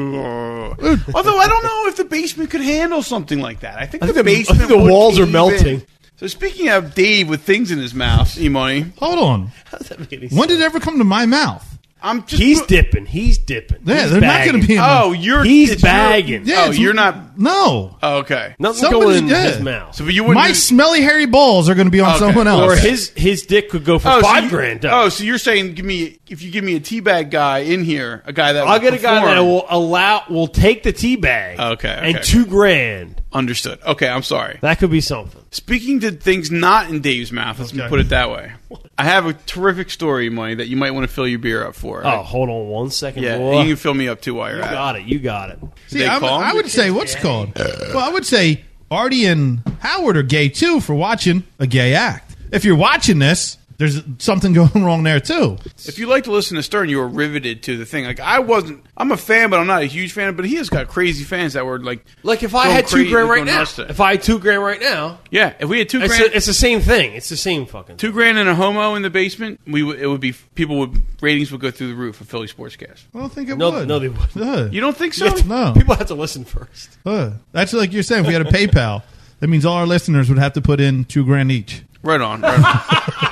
Speaker 1: Although I don't know if the basement could handle something like that. I think, the,
Speaker 3: think the- I
Speaker 1: basement.
Speaker 3: think the
Speaker 1: would
Speaker 3: walls are
Speaker 1: cave
Speaker 3: melting.
Speaker 1: in. So speaking of Dave with things in his mouth, Imani,
Speaker 2: Hold on.
Speaker 3: How does that make any sense?
Speaker 2: When did it ever come to my mouth?
Speaker 1: I'm just.
Speaker 3: he's dipping. He's dipping.
Speaker 2: Yeah,
Speaker 3: He's
Speaker 2: they're not going to
Speaker 3: bagging.
Speaker 2: be in my-
Speaker 1: oh, you're
Speaker 3: He's
Speaker 1: it's your-
Speaker 3: bagging.
Speaker 2: Yeah,
Speaker 1: oh,
Speaker 2: it's-
Speaker 1: you're not.
Speaker 2: No.
Speaker 1: Oh, okay.
Speaker 3: Nothing
Speaker 2: Somebody's
Speaker 3: going in
Speaker 2: dead.
Speaker 3: his mouth.
Speaker 1: So you wouldn't.
Speaker 2: My
Speaker 1: do-
Speaker 2: smelly hairy balls are going to be on
Speaker 1: Okay.
Speaker 2: someone else.
Speaker 3: or his his dick could go for
Speaker 1: Oh,
Speaker 3: five
Speaker 1: so you-
Speaker 3: grand.
Speaker 1: Oh, so you're saying give me if you give me a teabag guy in here, a guy that
Speaker 3: I'll
Speaker 1: will
Speaker 3: get a guy
Speaker 1: perform.
Speaker 3: that will allow will take the tea bag.
Speaker 1: Okay, okay,
Speaker 3: and
Speaker 1: okay.
Speaker 3: two grand.
Speaker 1: understood. Okay, I'm sorry.
Speaker 3: That could be something.
Speaker 1: Speaking to things not in Dave's mouth, let's
Speaker 2: Okay.
Speaker 1: put it that way. I have a terrific story, Money, that you might want to fill your beer up for.
Speaker 3: Oh, hold on one second.
Speaker 1: yeah,
Speaker 3: boy.
Speaker 1: you can fill me up too while
Speaker 3: You
Speaker 1: you're at
Speaker 3: got it. You got it.
Speaker 1: it.
Speaker 2: See, I'm- I would say what's it called. Well, I would say Artie and Howard are gay too for watching a gay act. If you're watching this, there's something going wrong there too.
Speaker 1: If you like to listen to Stern, you were riveted to the thing. Like I wasn't. I'm a fan, but I'm not a huge fan. But he has got crazy fans that were like,
Speaker 3: Like if I
Speaker 1: going
Speaker 3: had two
Speaker 1: crazy,
Speaker 3: grand right
Speaker 1: going
Speaker 3: now,
Speaker 1: nuts to it.
Speaker 3: if I had two grand right now,
Speaker 1: yeah, if we had two
Speaker 3: it's,
Speaker 1: grand,
Speaker 3: the- it's the same thing. It's the same fucking.
Speaker 1: two grand and a homo in the basement, we would- it would be people would ratings would go through the roof for Philly Sportscast.
Speaker 2: I don't think it
Speaker 3: No-
Speaker 2: would.
Speaker 3: no, they wouldn't.
Speaker 2: Uh,
Speaker 1: You don't think so?
Speaker 2: no.
Speaker 3: People have to listen first.
Speaker 2: Uh, that's like you're saying. If we had a PayPal, that means all our listeners would have to put in two grand each.
Speaker 1: Right on. Right on.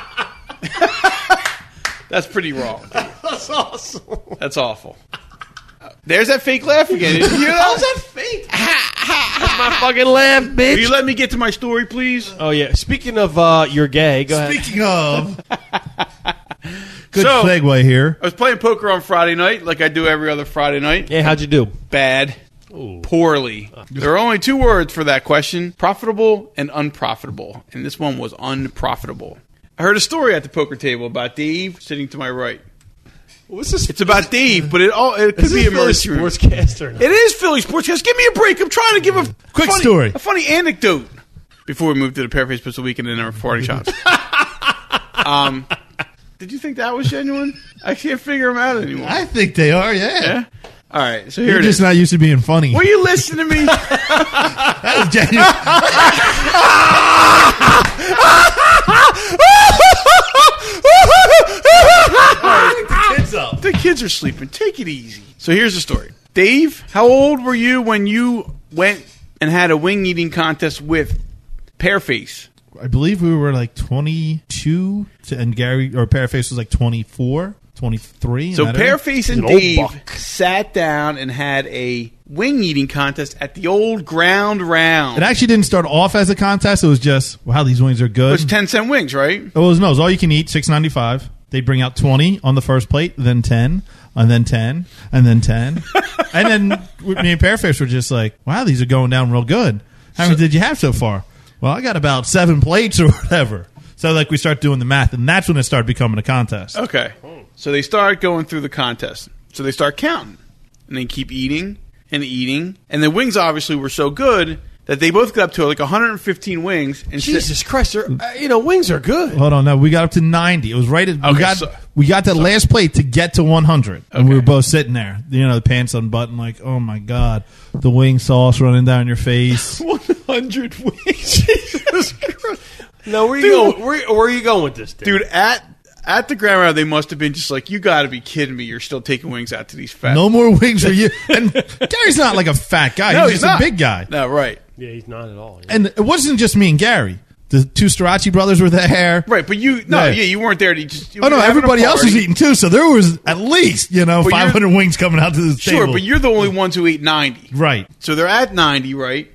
Speaker 1: That's pretty wrong.
Speaker 3: That's awesome.
Speaker 1: That's awful. There's that fake laugh again. Did you hear that?
Speaker 3: How's that fake? That's my fucking laugh,
Speaker 1: Will you
Speaker 3: bitch.
Speaker 1: let me get to my story, please?
Speaker 3: Oh yeah. Speaking of uh, you're gay, go ahead.
Speaker 2: Speaking of, good
Speaker 1: So-
Speaker 2: segue here.
Speaker 1: I was playing poker on Friday night, like I do every other Friday night.
Speaker 3: Hey, how'd you do?
Speaker 1: Bad. Poorly.
Speaker 3: Uh.
Speaker 1: There are only two words for that question profitable and unprofitable. And this one was unprofitable. I heard a story at the poker table about Dave sitting to my right.
Speaker 3: What's this?
Speaker 1: It's about Dave, but it all it could
Speaker 3: Is
Speaker 1: be
Speaker 3: this
Speaker 1: a
Speaker 3: really
Speaker 1: mercy room.
Speaker 3: sportscast or not?
Speaker 1: It is Philly Sportscast. Give me a break. I'm trying to give a
Speaker 2: Mm. Quick
Speaker 1: funny-
Speaker 2: story.
Speaker 1: a funny anecdote before we move to the paraphrase pistol weekend and our party shots. um, did you think that was genuine? I can't figure them out anymore.
Speaker 2: I think they are. Yeah,
Speaker 1: Yeah? All right, so here
Speaker 2: you're
Speaker 1: it
Speaker 2: just
Speaker 1: is.
Speaker 2: not used to being funny.
Speaker 1: Will you listen to me?
Speaker 2: That was genuine. Kids up.
Speaker 1: the kids are sleeping. Take it easy. So here's the story. Dave, how old were you when you went and had a wing eating contest with Pearface?
Speaker 2: I believe we were like 22, to- and Gary or Paraface was like 24, 23.
Speaker 1: So
Speaker 2: in that area.
Speaker 1: Pearface and
Speaker 3: an old
Speaker 1: Dave
Speaker 3: buck.
Speaker 1: sat down and had a wing eating contest at the old ground round.
Speaker 2: It actually didn't start off as a contest. It was just wow, these wings are good.
Speaker 1: It's ten cent wings, right?
Speaker 2: It was Oh, no, it was all you can eat, six ninety five. They'd bring out twenty on the first plate, then ten, and then ten, and then ten, and then we- me and Pearfish were just like, "Wow, these are going down real good." How many did you have so far? Well, I got about seven plates or whatever. So like we start doing the math, and that's when it started becoming a contest.
Speaker 1: Okay. So they start going through the contest. So they start counting, and they keep eating and eating. And the wings obviously were so good that they both got up to like 115 wings. And said-
Speaker 3: Jesus Christ, they're- uh, you know wings are good.
Speaker 2: Hold on, no, we got up to ninety. It was right. At, we
Speaker 1: Okay,
Speaker 2: got
Speaker 1: so-
Speaker 2: we got that last plate to get to one hundred, and we were
Speaker 1: Okay.
Speaker 2: both sitting there. You know, the pants unbuttoned, like, oh my god, the wing sauce running down your face.
Speaker 1: 100 wings. Jesus Christ.
Speaker 3: No, where you
Speaker 1: Dude.
Speaker 3: going? Where, where are you going with this,
Speaker 1: Dude, at at the Grand Round, they must have been just like, you got to be kidding me. You're still taking wings out to these fat.
Speaker 2: No more wings for you. And Gary's not like a fat guy.
Speaker 1: No,
Speaker 2: he's, just
Speaker 1: not.
Speaker 2: a big guy.
Speaker 1: No, right.
Speaker 3: Yeah, he's not at all.
Speaker 2: And it wasn't just me and Gary. The two Strachey brothers were there.
Speaker 1: Right, but you, no,
Speaker 2: Yeah.
Speaker 1: yeah, you weren't there to just. you
Speaker 2: Oh
Speaker 1: were
Speaker 2: no!
Speaker 1: having a
Speaker 2: Everybody else was
Speaker 1: party.
Speaker 2: eating too, so there was at least you know
Speaker 1: But you're-
Speaker 2: five hundred wings coming out to the
Speaker 1: Sure,
Speaker 2: table.
Speaker 1: but you're the only ones who ate 90.
Speaker 2: right.
Speaker 1: So they're at 90, right?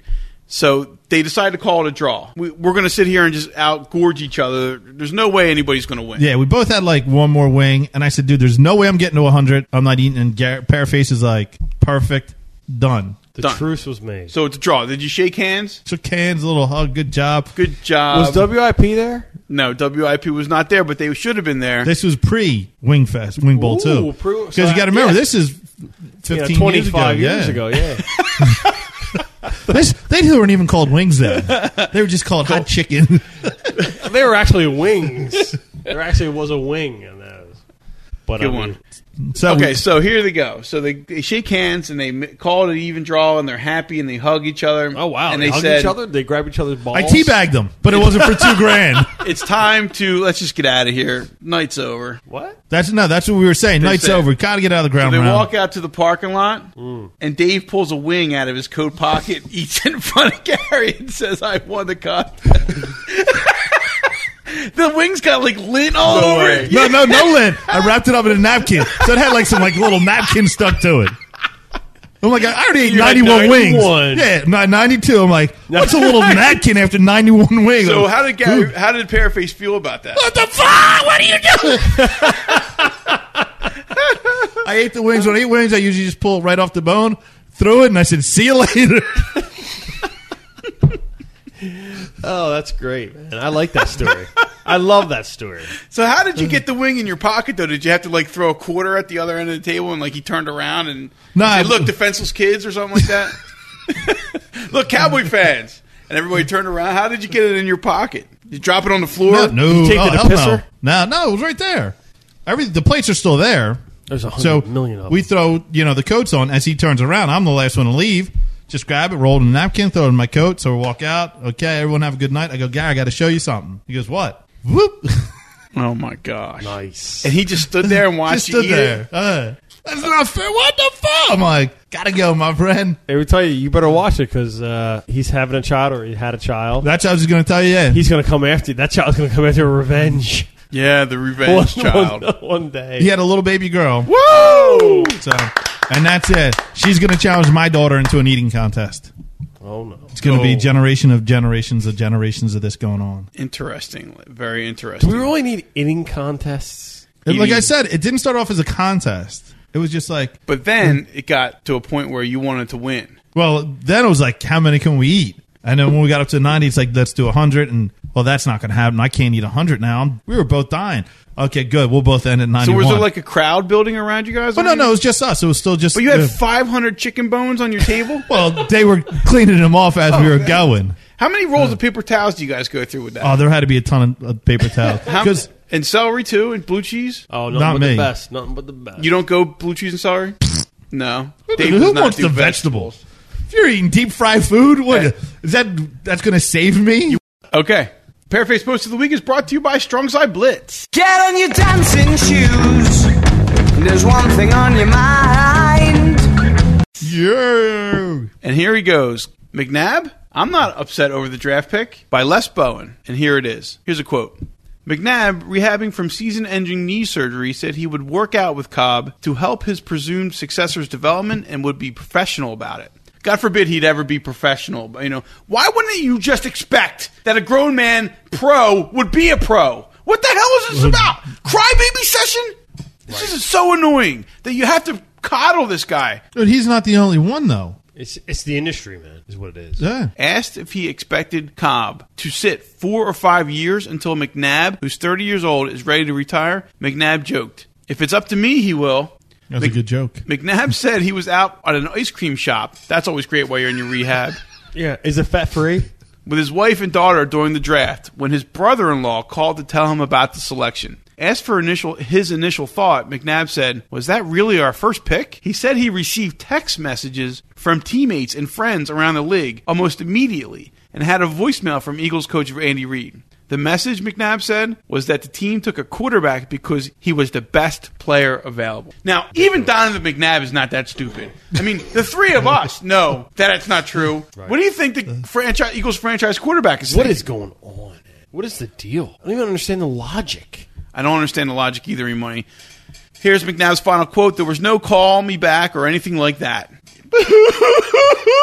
Speaker 1: So they decide to call it a draw. We, we're going to sit here and just out gorge each other. There's no way anybody's going to win.
Speaker 2: Yeah, we both had like one more wing, and I said, "Dude, there's no way I'm getting to 100. I'm not eating." And Gar- Paraface is like, "Perfect, done."
Speaker 3: The
Speaker 1: Done.
Speaker 3: truce was made.
Speaker 1: So it's a draw. Did you shake hands?
Speaker 2: Shook hands, a little hug, good job.
Speaker 1: Good job.
Speaker 3: was WIP there?
Speaker 1: no, WIP was not there, but they should have been there.
Speaker 2: This was pre Wing Fest, Wing Bowl
Speaker 3: Ooh,
Speaker 2: too,
Speaker 3: pre-
Speaker 2: because
Speaker 3: so
Speaker 2: you got to
Speaker 3: I-
Speaker 2: remember
Speaker 3: yeah.
Speaker 2: this is 15
Speaker 3: yeah, 25
Speaker 2: years ago.
Speaker 3: years ago. Yeah.
Speaker 2: yeah. this, they weren't even called wings then; they were just called hot chicken.
Speaker 3: they were actually wings. there actually was a wing in those. But
Speaker 1: Good
Speaker 3: I mean,
Speaker 1: one.
Speaker 2: So
Speaker 1: Okay, so here they go. So they, they shake hands and they m- call it an even draw, and they're happy and they hug each other.
Speaker 3: Oh wow!
Speaker 1: And
Speaker 3: they,
Speaker 1: they
Speaker 3: hug
Speaker 1: said,
Speaker 3: each other. They grab each other's balls.
Speaker 2: I teabagged them, but it wasn't for two grand.
Speaker 1: "It's time to let's just get out of here. Night's over."
Speaker 3: What?
Speaker 2: That's no, that's what we were saying. Night's
Speaker 1: said-
Speaker 2: over. Got to get out of the ground.
Speaker 1: They
Speaker 2: round.
Speaker 1: walk out to the parking lot, and Dave pulls a wing out of his coat pocket, eats it in front of Gary, and says, "I won the cup." the wings got like lint all
Speaker 3: No
Speaker 1: over
Speaker 3: way.
Speaker 1: it.
Speaker 2: No, no, no lid. I wrapped it up in a napkin, so it had like some like little napkin stuck to it. I'm like, I already ate
Speaker 3: You had
Speaker 2: 91
Speaker 3: 91.
Speaker 2: wings. Yeah, ni- 92. I'm like, what's a little napkin after 91 wings?
Speaker 1: So how did Gary, how did Paraface feel about that?
Speaker 2: What the fuck? What are you doing? I ate the wings. When I eat wings, I usually just pull it right off the bone, throw it, and I said, "See you later."
Speaker 3: Oh, that's great, man! I like that story. I love that story.
Speaker 1: So how did you get the wing in your pocket though? Did you have to like throw a quarter at the other end of the table and like he turned around and
Speaker 2: No, I-
Speaker 1: said, "Look, defenseless kids" or something like that? Look, Cowboy fans, and everybody turned around. How did you get it in your pocket? You drop it on the floor.
Speaker 2: no, no,
Speaker 3: you take
Speaker 2: oh,
Speaker 3: it to
Speaker 2: hell no,
Speaker 3: pisser?
Speaker 2: no, no. It was right there. Every the plates are still there.
Speaker 3: There's a hundred
Speaker 2: So
Speaker 3: million of
Speaker 2: we
Speaker 3: them.
Speaker 2: throw you know the coats on as he turns around. I'm the last one to leave. Just grab it, roll it in a napkin, throw it in my coat. So we walk out. Okay, everyone have a good night. I go, Gary, I got to show you something. He goes, what? Whoop!
Speaker 1: Oh my gosh!
Speaker 3: Nice.
Speaker 1: And he just stood there and watched
Speaker 2: Just stood
Speaker 1: you eat
Speaker 2: there.
Speaker 1: it.
Speaker 2: Uh, That's not fair. What the fuck? I'm like, gotta go, my friend.
Speaker 3: They would tell you you better watch it because uh, he's having a child or he had a child.
Speaker 2: That's what I was gonna tell you. Yeah.
Speaker 3: he's going to come after you. That child's going to come after you with revenge.
Speaker 1: Yeah, the revenge
Speaker 3: one,
Speaker 1: child.
Speaker 3: One, one day. Oh!
Speaker 2: he had a little baby girl.
Speaker 1: Whoa!
Speaker 2: So, and that's it. She's gonna challenge my daughter into an eating contest.
Speaker 3: Oh no.
Speaker 2: It's gonna be generation of generations of generations of this going on.
Speaker 1: Interesting. Very interesting.
Speaker 3: Do we really need eating contests?
Speaker 2: And like I
Speaker 1: Eating-
Speaker 2: said, it didn't start off as a contest. It was just like,
Speaker 1: But then it got to a point where you wanted to win.
Speaker 2: well, then it was like, how many can we eat? And then when we got up to 90, it's like, let's do 100. And, well, that's not going to happen. I can't eat 100 now. I'm- we were both dying. Okay, good. We'll both end at 91.
Speaker 1: So was there like a crowd building around you guys?
Speaker 2: oh, no, no. It was just us. It was still just.
Speaker 1: But you had
Speaker 2: uh,
Speaker 1: 500 chicken bones on your table.
Speaker 2: well, they were cleaning them off
Speaker 1: Oh,
Speaker 2: as we were going.
Speaker 1: How many rolls of paper towels do you guys go through with that?
Speaker 2: Oh, there had to be a ton of, of paper towels.
Speaker 1: How-
Speaker 2: Because
Speaker 1: and celery too, and blue cheese.
Speaker 3: Oh, nothing
Speaker 2: Not
Speaker 3: but
Speaker 2: me.
Speaker 3: the best. Nothing but the best.
Speaker 1: You don't go blue cheese and celery. No, Dave
Speaker 2: who
Speaker 1: does not
Speaker 2: wants
Speaker 1: do
Speaker 2: the vegetables? If you're eating deep fried food, what
Speaker 1: Yeah.
Speaker 2: is that? That's going to save me?
Speaker 1: Okay. Paraface post of the week is brought to you by Strong Side Blitz.
Speaker 4: Get on your dancing shoes. There's one thing on your mind.
Speaker 2: yeah.
Speaker 1: And here he goes. McNabb, I'm not upset over the draft pick by Les Bowen. And here it is. Here's a quote. McNabb, rehabbing from season ending knee surgery, said he would work out with Cobb to help his presumed successor's development and would be professional about it. God forbid he'd ever be professional. But, you know, why wouldn't you just expect that a grown man pro would be a pro? What the hell is this about? Crybaby session? This is so annoying that you have to coddle this guy.
Speaker 2: Dude, he's not the only one, though.
Speaker 3: It's it's the industry, man. Is what it is.
Speaker 2: Yeah.
Speaker 1: asked if he expected Cobb to sit four or five years until McNabb, who's 30 years old, is ready to retire, McNabb joked, If it's up to me, he will.
Speaker 2: That was a good joke.
Speaker 1: McNabb said he was out at an ice cream shop. That's always great while you're in your rehab.
Speaker 3: Yeah, is it fat free?
Speaker 1: with his wife and daughter during the draft when his brother-in-law called to tell him about the selection. Asked for initial his initial thought, McNabb said, "Was that really our first pick?" He said he received text messages from teammates and friends around the league almost immediately and had a voicemail from Eagles coach Andy Reid. The message McNabb said was that the team took a quarterback because he was the best player available. Now, even Donovan McNabb is not that stupid. I mean, the three of us know that it's not true. What do you think the franchise Eagles franchise quarterback is?
Speaker 3: What
Speaker 1: thinking?
Speaker 3: is going on? man? What is the deal? I don't even understand the logic.
Speaker 1: I don't understand the logic either, E Money. Here's McNabb's final quote: "There was no call me back or anything like that."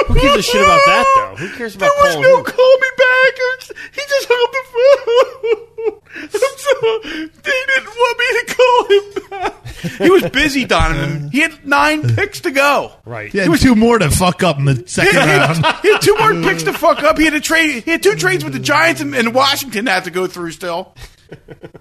Speaker 3: Who gives a shit about that though? Who cares about
Speaker 1: there was
Speaker 3: calling
Speaker 1: no
Speaker 3: who?
Speaker 1: call me back. I'm s- He just hung up the phone. I'm so, they didn't want me to call him back. He was busy, Donovan. He had nine picks to go.
Speaker 3: Right.
Speaker 2: Yeah, two more to fuck up in the second
Speaker 1: He had,
Speaker 2: round.
Speaker 1: he had two more picks to fuck up. He had a trade. He had two trades with the Giants and, and Washington to have to go through. Still,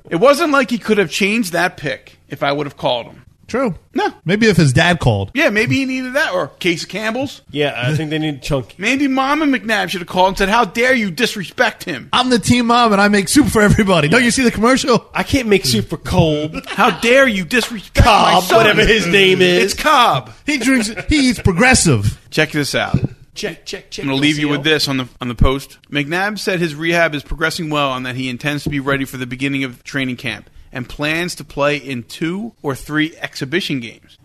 Speaker 1: it wasn't like he could have changed that pick if I would have called him.
Speaker 2: True.
Speaker 1: No.
Speaker 2: Maybe if his dad called.
Speaker 1: Yeah, maybe he needed that or Case Campbell's.
Speaker 3: Yeah, I think they need chunky.
Speaker 1: Maybe Mom and McNabb should have called and said, "How dare you disrespect him?
Speaker 2: I'm the team mom and I make soup for everybody. Don't you see the commercial?
Speaker 3: I can't make soup for cold.
Speaker 1: How dare you disrespect my
Speaker 3: Cobb,
Speaker 1: son?
Speaker 3: whatever his name is.
Speaker 1: It's Cobb.
Speaker 2: He drinks. He eats progressive.
Speaker 1: Check this out.
Speaker 3: check, check, check.
Speaker 1: I'm going to leave you
Speaker 3: LCO.
Speaker 1: with this on the on the post. McNabb said his rehab is progressing well and that he intends to be ready for the beginning of training camp and plans to play in two or three exhibition games.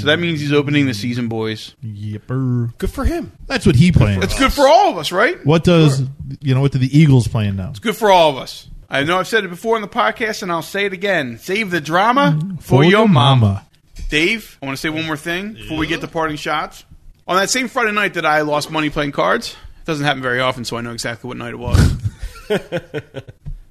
Speaker 1: So that means he's opening the season, boys.
Speaker 2: Yipper.
Speaker 3: Good for him.
Speaker 2: That's what he playing.
Speaker 1: It's good for all of us, right?
Speaker 2: What does you know? What do the Eagles playing now?
Speaker 1: It's good for all of us. I know I've said it before on the podcast, and I'll say it again. Save the drama for, your mama. Dave, I want to say one more thing before we get to parting shots. On that same Friday night that I lost money playing cards, it doesn't happen very often, so I know exactly what night it was.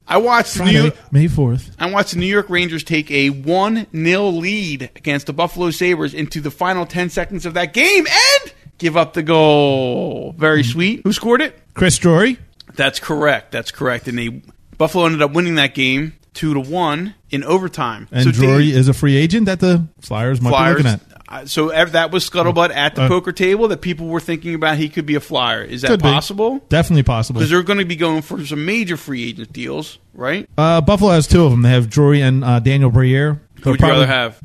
Speaker 1: I watched the New
Speaker 2: Friday, May fourth.
Speaker 1: I watched the New York Rangers take a 1 0 lead against the Buffalo Sabres into the final 10 seconds of that game and give up the goal. Very
Speaker 2: Mm-hmm.
Speaker 1: sweet. Who scored it?
Speaker 2: Chris Drury.
Speaker 1: That's correct. That's correct. And they Buffalo ended up winning that game 2 to 1 in overtime.
Speaker 2: And
Speaker 1: So
Speaker 2: Drury
Speaker 1: Dave-
Speaker 2: is a free agent that the Flyers might be
Speaker 1: Flyers.
Speaker 2: looking at.
Speaker 1: Uh, so ev- that was scuttlebutt at the
Speaker 2: Uh,
Speaker 1: poker table that people were thinking about he could be a flyer. Is that
Speaker 2: Could be.
Speaker 1: possible?
Speaker 2: Definitely possible.
Speaker 1: Because they're going to be going for some major free agent deals, right?
Speaker 2: Uh, Buffalo has two of them. They have Drury and uh, Daniel Briere.
Speaker 1: Who would you rather have?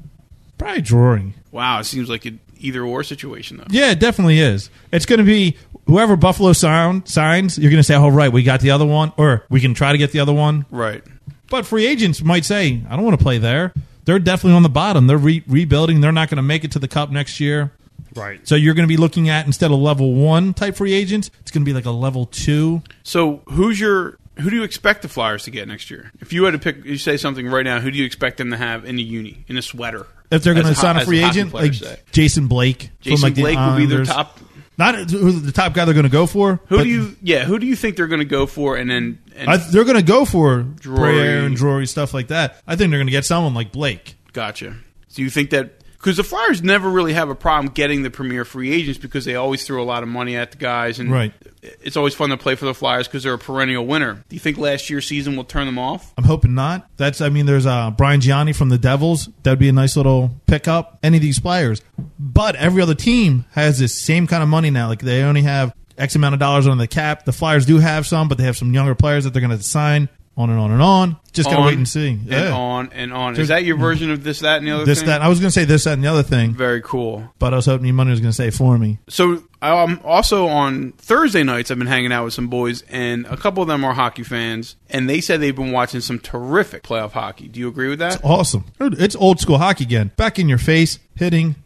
Speaker 2: Probably Drury.
Speaker 1: Wow, it seems like an either or situation though.
Speaker 2: Yeah, it definitely is. It's going to be whoever Buffalo sound, signs. You're going to say, "Oh, right, we got the other one," or "We can try to get the other one."
Speaker 1: Right.
Speaker 2: But free agents might say, "I don't want to play there." They're definitely on the bottom. They're re- rebuilding. They're not going to make it to the cup next year.
Speaker 3: Right.
Speaker 2: So you're going to be looking at instead of level one type free agents, it's going to be like a level two.
Speaker 1: So who's your who do you expect the Flyers to get next year? If you had to pick, you say something right now. Who do you expect them to have in a uni, in a sweater?
Speaker 2: If they're going to
Speaker 1: As ho-
Speaker 2: sign a
Speaker 1: as
Speaker 2: free
Speaker 1: hockey
Speaker 2: agent, like
Speaker 1: players say.
Speaker 2: Jason Blake,
Speaker 1: Jason
Speaker 2: like the
Speaker 1: Blake will be their
Speaker 2: Islanders.
Speaker 1: top.
Speaker 2: Not who the top guy they're going to go for.
Speaker 1: Who
Speaker 2: but
Speaker 1: do you? Yeah, who do you think they're going to go for? And then and,
Speaker 2: I, they're going to go for
Speaker 1: Drury.
Speaker 2: Breyer and Drury stuff like that. I think they're going to get someone like Blake.
Speaker 1: Gotcha. Do you think that because the Flyers never really have a problem getting the premier free agents because they always throw a lot of money at the guys and
Speaker 2: Right.
Speaker 1: it's always fun to play for the Flyers because they're a perennial winner. Do you think last year's season will turn them off?
Speaker 2: I'm hoping not. That's I mean, there's uh, Brian Gianni from the Devils. That'd be a nice little pickup. Any of these players, but every other team has this same kind of money now. Like they only have X amount of dollars on the cap. The Flyers do have some, but they have some younger players that they're going to sign. On and on and on. Just gotta
Speaker 1: On
Speaker 2: wait and see.
Speaker 1: And
Speaker 2: Yeah.
Speaker 1: on and on.
Speaker 2: There's-
Speaker 1: Is that your version of this, that, and the other
Speaker 2: This
Speaker 1: thing?
Speaker 2: that and- I was gonna say this that and the other thing,
Speaker 1: Very cool.
Speaker 2: but I was hoping your money was gonna say for me.
Speaker 1: So um, also on Thursday nights, I've been hanging out with some boys, and a couple of them are hockey fans, and they said they've been watching some terrific playoff hockey. Do you agree with that?
Speaker 2: Awesome. Dude, It's old school hockey again. Back in your face, hitting,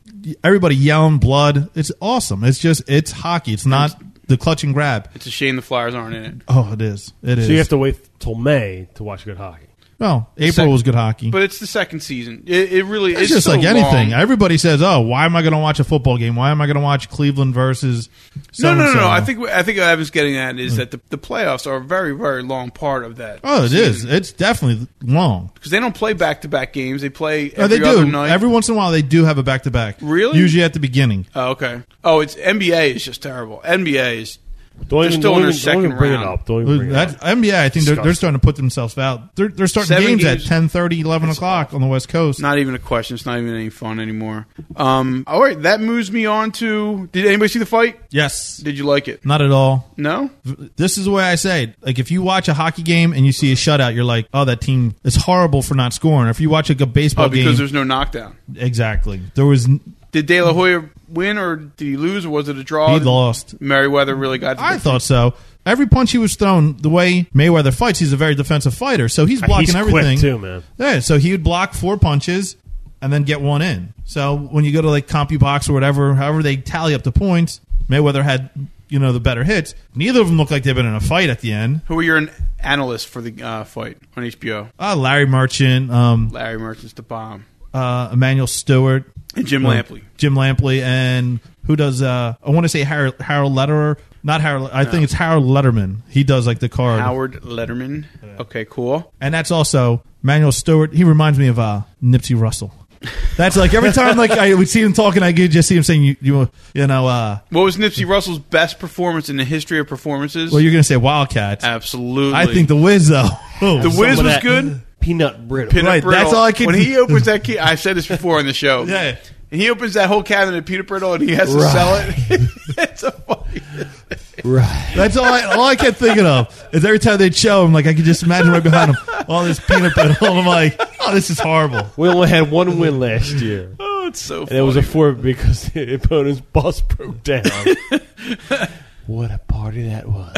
Speaker 2: everybody yelling, blood. It's awesome. It's just, it's hockey. It's not the clutch and grab.
Speaker 1: It's a shame the Flyers aren't in it.
Speaker 2: Oh, it is. It is.
Speaker 3: So you have to wait till May to watch good hockey.
Speaker 2: Well, April
Speaker 1: Sec-
Speaker 2: was good hockey.
Speaker 1: But it's the second season. It, it really
Speaker 2: it's,
Speaker 1: is
Speaker 2: just
Speaker 1: so
Speaker 2: like anything.
Speaker 1: long.
Speaker 2: Everybody says, oh, why am I going to watch a football game? Why am I going to watch Cleveland versus.
Speaker 1: No, no, no,
Speaker 2: so-and-so?"
Speaker 1: no. I think I think what Evan's getting at is that the, the playoffs are a very, very long part of that.
Speaker 2: Hmm. Oh, it is. It's definitely long.
Speaker 1: because they don't play back to back games. They play every
Speaker 2: Oh, they
Speaker 1: other
Speaker 2: do.
Speaker 1: night.
Speaker 2: Every once in a while, they do have a back to back.
Speaker 1: Really?
Speaker 2: Usually at the beginning.
Speaker 1: oh, okay. Oh, it's NBA is just terrible. NBA is
Speaker 3: Don't
Speaker 1: They're
Speaker 3: even,
Speaker 1: still
Speaker 3: don't
Speaker 1: in their
Speaker 3: even, don't even
Speaker 1: second
Speaker 3: bring it
Speaker 1: round.
Speaker 3: up. Don't even bring it
Speaker 2: That,
Speaker 3: up.
Speaker 2: NBA, I think they're, they're
Speaker 3: Disgusting.
Speaker 2: starting to put themselves out. They're, they're starting
Speaker 1: Seven
Speaker 2: games,
Speaker 1: games.
Speaker 2: at 10, 11 o'clock on the West Coast.
Speaker 1: Not even a question. It's not even any fun anymore. Um, all right, that moves me on to. Did anybody see the fight?
Speaker 2: yes.
Speaker 1: Did you like it?
Speaker 2: Not at all.
Speaker 1: No.
Speaker 2: This is the way I say it. Like, if you watch a hockey game and you see a shutout, you're like, oh, that team is horrible for not scoring. Or if you watch like, a baseball
Speaker 1: Oh, because
Speaker 2: game.
Speaker 1: there's no knockdown.
Speaker 2: Exactly. There was. n-
Speaker 1: Did De La Hoya win or did he lose or was it a draw?
Speaker 2: He lost.
Speaker 1: Merriweather really got. To
Speaker 2: I
Speaker 1: the-
Speaker 2: thought so. Every punch he was thrown, the way Mayweather fights, he's a very defensive fighter. So he's blocking
Speaker 3: Ah, He's
Speaker 2: everything.
Speaker 3: quick too, man.
Speaker 2: Yeah, so he would block four punches and then get one in. So when you go to like CompuBox or whatever, however they tally up the points, Mayweather had you know the better hits. Neither of them looked like they've been in a fight at the end.
Speaker 1: Who were your an- analysts for the uh, fight on HBO?
Speaker 2: Uh, Larry Merchant, um,
Speaker 1: Larry Merchant's the bomb.
Speaker 2: uh, Emmanuel Stewart, uh,
Speaker 1: And Jim Lampley.
Speaker 2: Jim Lampley, and who does? Uh, I want to say Harold, Harold Letterer, not Harold. I think it's Harold Letterman. He does like the card,
Speaker 1: Howard Letterman. Okay, cool.
Speaker 2: and that's also Emmanuel Stewart. He reminds me of uh, Nipsey Russell. That's like every time like I would see him talking, I could just see him saying you you, you know. Uh,
Speaker 1: What was Nipsey Russell's best performance in the history of performances?
Speaker 2: Well, you're going to say Wildcats.
Speaker 1: Absolutely.
Speaker 2: I think the Wiz though.
Speaker 1: The
Speaker 3: Some
Speaker 1: Wiz
Speaker 3: of
Speaker 1: was
Speaker 3: that
Speaker 1: good.
Speaker 3: Peanut brittle.
Speaker 1: Peanut
Speaker 2: Right,
Speaker 1: Brittle.
Speaker 2: that's all I can-
Speaker 1: When he opens that, key, I said this before on the show.
Speaker 2: Yeah.
Speaker 1: And he opens that whole cabinet of peanut brittle and he has to
Speaker 3: Right.
Speaker 1: sell it. it's a funny.
Speaker 3: Right.
Speaker 2: That's all. I, all I kept thinking of is every time they'd show him, like I could just imagine right behind him all this peanut butter. And I'm like, oh, this is horrible.
Speaker 3: We only had one win last year.
Speaker 1: Oh, it's so
Speaker 3: And
Speaker 1: funny.
Speaker 3: it was a four because the opponent's bus broke down. what a party that was.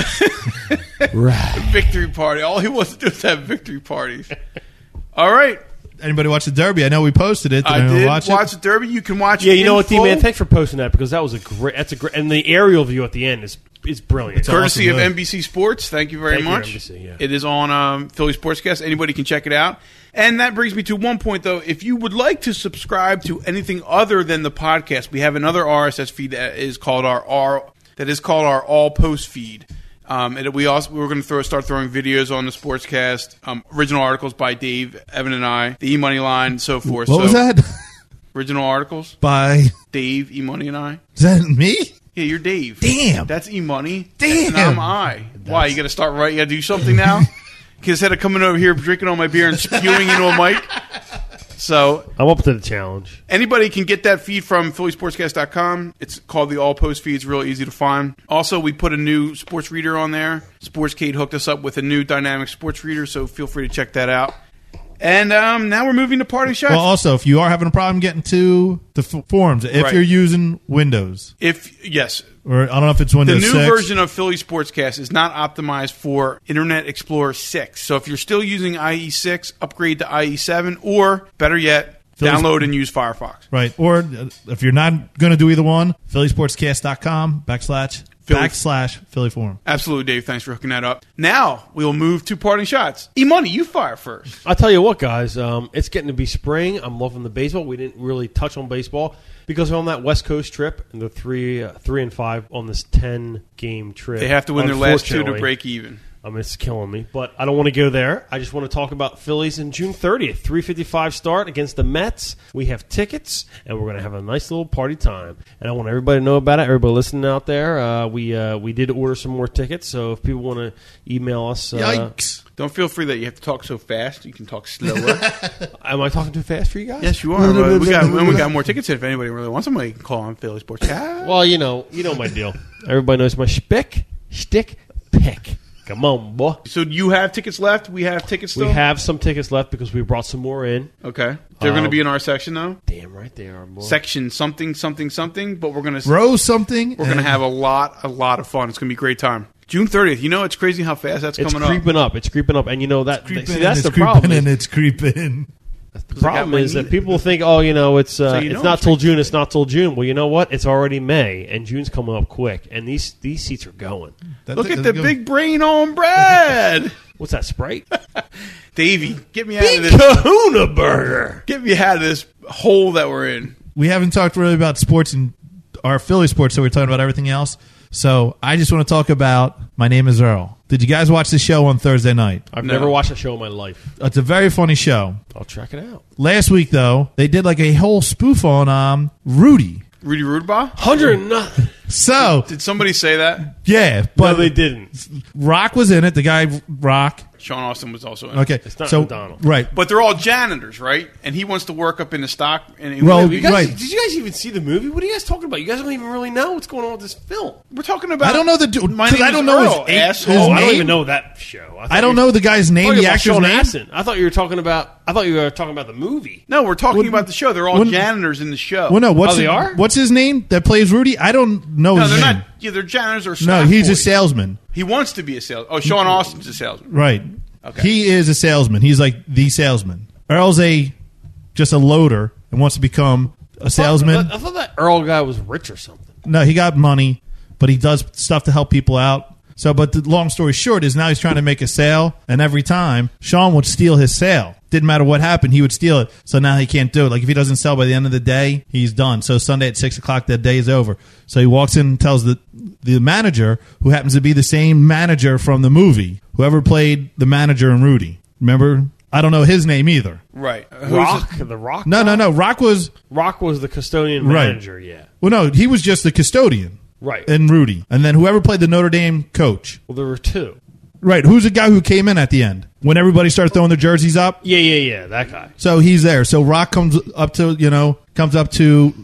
Speaker 3: right.
Speaker 1: victory party. All he wants to do is have victory parties. All right.
Speaker 2: Anybody watch the Derby? I know we posted it. Did
Speaker 1: I
Speaker 2: anyone
Speaker 1: did watch,
Speaker 2: watch it?
Speaker 1: the Derby. You can watch
Speaker 3: Yeah,
Speaker 1: it
Speaker 3: you know
Speaker 1: in
Speaker 3: what, D
Speaker 1: full,
Speaker 3: man, thanks for posting that because that was a great that's a great and the aerial view at the end is is brilliant.
Speaker 1: Courtesy
Speaker 2: Awesome,
Speaker 1: of
Speaker 2: yeah.
Speaker 1: NBC Sports. Thank you very
Speaker 3: Thank you,
Speaker 1: much.
Speaker 3: NBC, yeah.
Speaker 1: It is on um, Philly Sportscast. Anybody can check it out. And that brings me to one point, though. If you would like to subscribe to anything other than the podcast, we have another RSS feed that is called our R that is called our All Post feed. Um, and we also we're going to throw start throwing videos on the Sportscast, um, original articles by Dave, Evan, and I, the E Money Line, and so forth.
Speaker 2: What
Speaker 1: so,
Speaker 2: was that?
Speaker 1: Original articles,
Speaker 2: By
Speaker 1: Dave, E Money, and I.
Speaker 2: is that me?
Speaker 1: Yeah, you're Dave.
Speaker 2: Damn.
Speaker 1: That's E Money.
Speaker 2: Damn.
Speaker 1: And I'm I. Why? You got to start right? You got to do something now? 'Cause instead of coming over here, drinking all my beer, and spewing into a mic. So
Speaker 3: I'm up to the challenge.
Speaker 1: anybody can get that feed from phillysportscast.com. It's called the All Post feed. It's real easy to find. Also, we put a new sports reader on there. Sportscade hooked us up with a new dynamic sports reader, so feel free to check that out. And um, now we're moving to party shots.
Speaker 2: Well, also, if you are having a problem getting to the f- forums, if
Speaker 1: Right.
Speaker 2: you're using Windows,
Speaker 1: if yes,
Speaker 2: or I don't know if it's Windows
Speaker 1: The new
Speaker 2: 6.
Speaker 1: version of Philly Sportscast is not optimized for Internet Explorer 6. So if you're still using IE6, upgrade to IE7, or better yet,
Speaker 2: Philly's-
Speaker 1: download and use Firefox.
Speaker 2: Right. Or uh, if you're not going to do either one, phillysportscast.com backslash,
Speaker 1: Philly-
Speaker 2: backslash Philly Forum.
Speaker 1: Absolutely, Dave. Thanks for hooking that up. Now we will move to parting shots. E Money, you fire first.
Speaker 3: I'll tell you what, guys. Um, it's getting to be spring. I'm loving the baseball. We didn't really touch on baseball because we're on that West Coast trip, and the three, uh, three and five on this ten game trip.
Speaker 1: They have to win their last two to
Speaker 3: Unfortunately,
Speaker 1: break even.
Speaker 3: I mean, it's killing me, but I don't want to go there. I just want to talk about Phillies in June 30th, 3:55 start against the Mets. We have tickets, and we're going to have a nice little party time. And I want everybody to know about it. Everybody listening out there, uh, we uh, we did order some more tickets, so if people want to email us, uh,
Speaker 2: Yikes.
Speaker 1: Don't feel free that you have to talk so fast. You can talk slower.
Speaker 3: am I talking too fast for you guys?
Speaker 1: yes, you are. Well, we got, and we got more tickets if anybody really wants them. We can call on Philly Sportscast.
Speaker 3: Well, you know, you know my deal. Everybody knows my spick, stick, pick. Come on, boy.
Speaker 1: So you have tickets left. We have tickets still.
Speaker 3: We have some tickets left because we brought some more in.
Speaker 1: okay. They're going to
Speaker 3: Um,
Speaker 1: be in our section though.
Speaker 3: Damn right they are, boy.
Speaker 1: section something something something but we're gonna
Speaker 2: Row something.
Speaker 1: we're gonna have a lot a lot of fun it's gonna be a great time june 30th you know it's crazy how fast that's
Speaker 3: it's
Speaker 1: coming up
Speaker 3: creeping up. It's creeping up, and you know that.
Speaker 2: creeping.
Speaker 3: see, that's
Speaker 2: it's
Speaker 3: the
Speaker 2: creeping
Speaker 3: problem.
Speaker 2: And it's creeping.
Speaker 3: the
Speaker 1: I got
Speaker 3: problem
Speaker 1: my
Speaker 3: is
Speaker 1: knee.
Speaker 3: that people think, oh, you know, it's uh,
Speaker 1: So you know
Speaker 3: it's not
Speaker 1: it's
Speaker 3: till June. It's not till June. Well, you know what? It's already May, and June's coming up quick, and these these seats are going.
Speaker 2: That's
Speaker 1: look
Speaker 2: it.
Speaker 1: at
Speaker 2: That's
Speaker 1: the
Speaker 2: a good
Speaker 1: big brain on brad
Speaker 3: What's that Sprite?
Speaker 1: davey get me out of this
Speaker 3: Kahuna Burger.
Speaker 1: get me out of this hole that we're in
Speaker 2: one. We haven't talked really about sports and our Philly sports, so we're talking about everything else. So I just want to talk about My Name is Earl. Did you guys watch the show on Thursday night?
Speaker 3: I've
Speaker 1: No.
Speaker 3: never watched a show in my life.
Speaker 2: It's a very funny show.
Speaker 3: I'll check it out.
Speaker 2: Last week, though, they did like a whole spoof on um, Rudy.
Speaker 1: Rudy Rudabaugh?
Speaker 3: Hundred nothing.
Speaker 2: So
Speaker 1: Did somebody say that?
Speaker 2: yeah,
Speaker 3: No,
Speaker 2: but
Speaker 3: they didn't.
Speaker 2: Rock was in it. The guy Rock.
Speaker 1: Sean Austin was also in. it.
Speaker 2: Okay,
Speaker 3: not
Speaker 2: so
Speaker 3: O'Donnell.
Speaker 2: right.
Speaker 1: But they're all janitors, right? And he wants to work up in the stock. And
Speaker 2: Well,
Speaker 1: we,
Speaker 3: You guys,
Speaker 2: Right.
Speaker 3: Did you guys even see the movie? What are you guys talking about? You guys don't even really know what's going on with this film.
Speaker 1: we're talking about.
Speaker 2: I don't know the dude-
Speaker 1: My
Speaker 2: 'cause
Speaker 1: name
Speaker 2: I
Speaker 1: is
Speaker 2: don't know his
Speaker 1: Earl,
Speaker 2: eight-
Speaker 1: asshole.
Speaker 2: his
Speaker 3: Oh, I
Speaker 2: name?
Speaker 3: don't even know that show.
Speaker 2: I don't know the guy's name.
Speaker 3: Talking
Speaker 2: The
Speaker 3: about
Speaker 2: actor's
Speaker 3: Sean
Speaker 2: name.
Speaker 3: Astin. I thought you were talking about. I thought you were talking about the movie.
Speaker 1: No, we're talking about the show. They're all
Speaker 2: wouldn't-
Speaker 1: janitors in the show.
Speaker 2: Well, no. What's
Speaker 3: Oh, they
Speaker 2: his,
Speaker 3: are?
Speaker 2: What's his name that plays Rudy? I don't know
Speaker 1: no,
Speaker 2: his
Speaker 1: they're
Speaker 2: name.
Speaker 1: not. Yeah, they're janitors or
Speaker 2: no,
Speaker 1: stock
Speaker 2: he's a
Speaker 1: boys.
Speaker 2: salesman.
Speaker 1: He wants to be a salesman. Oh, Sean Austin's a salesman.
Speaker 2: Right.
Speaker 1: Okay.
Speaker 2: He is a salesman. He's like the salesman. Earl's a just a loader and wants to become a
Speaker 3: I
Speaker 2: salesman.
Speaker 3: thought, I thought that Earl guy was rich or something.
Speaker 2: No, he got money, but he does stuff to help people out. So, but the long story short is now he's trying to make a sale, and every time Sean would steal his sale. Didn't matter what happened, he would steal it. So now he can't do it. Like if he doesn't sell by the end of the day, he's done. So Sunday at six o'clock, that day is over. So he walks in and tells the the manager, who happens to be the same manager from the movie, whoever played the manager in Rudy. Remember, I don't know his name either.
Speaker 1: Right. Who's
Speaker 3: Rock, the Rock.
Speaker 2: No, no, no. Rock was
Speaker 3: Rock was the custodian
Speaker 2: Right.
Speaker 3: manager. Yeah.
Speaker 2: well, no, he was just the custodian,
Speaker 3: Right.
Speaker 2: And Rudy, and then whoever played the Notre Dame coach.
Speaker 3: Well, there were two.
Speaker 2: Right. Who's the guy who came in at the end when everybody started throwing their jerseys up?
Speaker 3: Yeah, yeah, yeah. That guy.
Speaker 2: So he's there. So Rock comes up to you know comes up to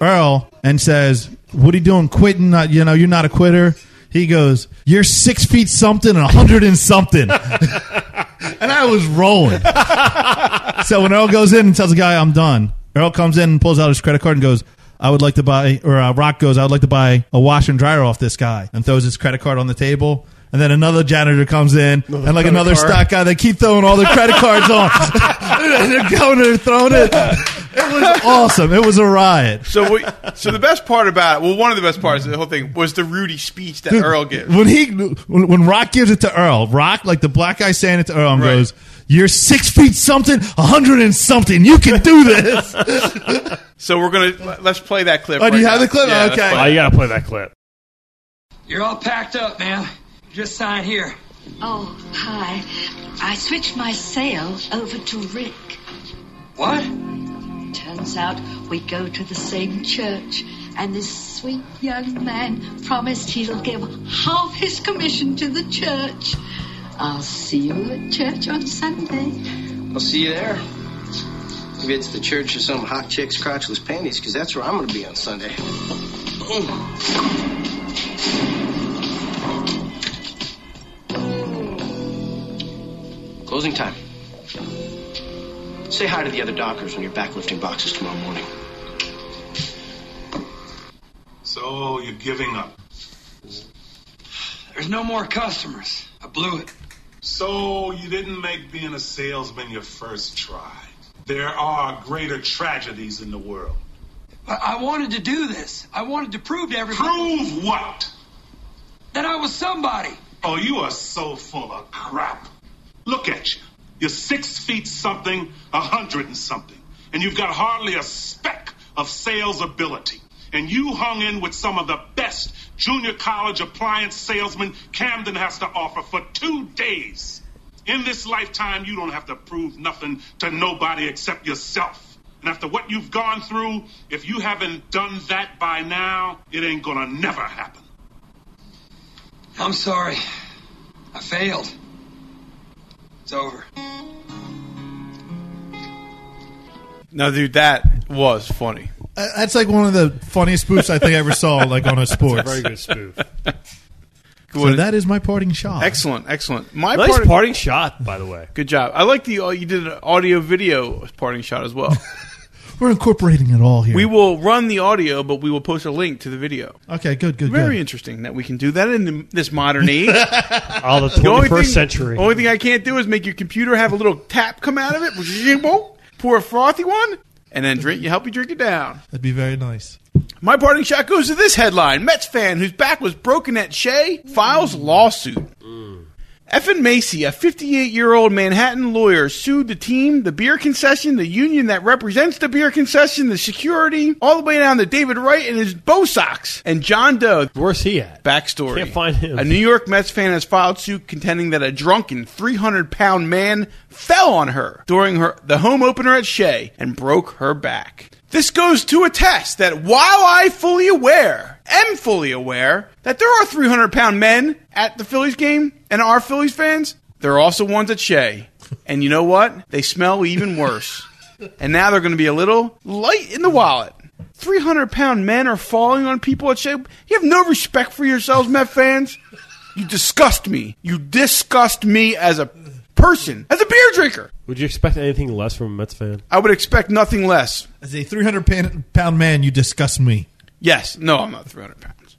Speaker 2: Earl and says, "What are you doing? Quitting? Not, you know, you're not a quitter." He goes, "You're six feet something and a hundred and something," and I was rolling. so when Earl goes in and tells the guy, "I'm done," Earl comes in and pulls out his credit card and goes. I would like to buy, or uh, Rock goes, I would like to buy a washer and dryer off this guy, and throws his credit card on the table. And then another janitor comes in, and like
Speaker 3: credit
Speaker 2: another
Speaker 3: card.
Speaker 2: stock guy, they keep throwing all their credit cards on. and they're going, they're throwing it. It was awesome. It was a riot.
Speaker 1: So, we, so the best part about it, well, one of the best parts of the whole thing was the Rudy speech that Earl gives.
Speaker 2: When he when, when Rock gives it to Earl, Rock like the black guy saying it to Earl and
Speaker 1: Right.
Speaker 2: goes, "You're six feet something, a hundred and something. You can do this."
Speaker 1: So we're gonna let's play that clip.
Speaker 2: Oh, do
Speaker 1: right
Speaker 2: you have
Speaker 1: now.
Speaker 2: the clip?
Speaker 1: Yeah, let's
Speaker 2: Okay.
Speaker 1: play
Speaker 3: Oh,
Speaker 1: it.
Speaker 3: you gotta play that clip.
Speaker 5: You're all packed up, man. Just sign here.
Speaker 6: Oh, hi. I switched my sale over to Rick.
Speaker 5: What?
Speaker 6: Turns out we go to the same church, and this sweet young man promised he'll give half his commission to the church. I'll see you at church on Sunday.
Speaker 5: I'll see you there. Maybe it's the church of some hot chick's crotchless panties, because that's where I'm going to be on Sunday. Boom. Closing time. Say hi to the other dockers when you're back lifting boxes tomorrow morning.
Speaker 7: So you're giving up.
Speaker 5: There's no more customers. I blew it.
Speaker 7: So you didn't make being a salesman your first try. There are greater tragedies in the world.
Speaker 5: I, I wanted to do this. I wanted to prove to everybody
Speaker 7: Prove what?
Speaker 5: that I was somebody.
Speaker 7: Oh, you are so full of crap. Look at you. You're six feet something, a hundred and something, and you've got hardly a speck of sales ability. And you hung in with some of the best junior college appliance salesmen Camden has to offer for two days. In this lifetime, you don't have to prove nothing to nobody except yourself. And after what you've gone through, if you haven't done that by now, it ain't gonna never happen.
Speaker 5: I'm sorry. I failed. It's over.
Speaker 1: No, dude, that was funny.
Speaker 2: Uh, That's like one of the funniest spoofs I think I ever saw, like on a sports.
Speaker 3: Very good spoof.
Speaker 2: So that is my parting shot.
Speaker 1: excellent, excellent. My
Speaker 3: nice
Speaker 1: part.
Speaker 3: parting shot, by the way.
Speaker 1: Good job. I like the uh, you did an audio video parting shot as well.
Speaker 2: We're incorporating it all here.
Speaker 1: we will run the audio, but we will post a link to the video.
Speaker 2: okay, good, good,
Speaker 1: Very
Speaker 2: good.
Speaker 1: interesting that we can do that in the, this modern age.
Speaker 3: Oh, the
Speaker 1: The only
Speaker 3: 21st
Speaker 1: thing-
Speaker 3: century.
Speaker 1: Only thing I can't do is make your computer have a little tap come out of it, pour a frothy one, and then drink. You help you drink it down.
Speaker 2: That'd be very nice.
Speaker 1: My parting shot goes to this headline: Mets fan whose back was broken at Shea files lawsuit. Effin Macy, a 58-year-old Manhattan lawyer, sued the team, the beer concession, the union that represents the beer concession, the security, all the way down to David Wright and his bow socks and John Doe.
Speaker 3: Where's he at?
Speaker 1: Backstory.
Speaker 3: Can't find him.
Speaker 1: A New York Mets fan has filed suit contending that a drunken 300 pound man fell on her during her the home opener at Shea and broke her back. This goes to attest that while I fully aware, am fully aware, that there are 300 pound men at the Phillies game and are Phillies fans, there are also ones at Shea. And you know what? They smell even worse. and now they're going to be a little light in the wallet. 300 pound men are falling on people at Shea. You have no respect for yourselves, Met fans. You disgust me. You disgust me as a person, as a beer drinker.
Speaker 3: Would you expect anything less from a Mets fan?
Speaker 1: I would expect nothing less.
Speaker 2: As a 300 pan- pound man, you disgust me.
Speaker 1: Yes. No, I'm not 300 pounds.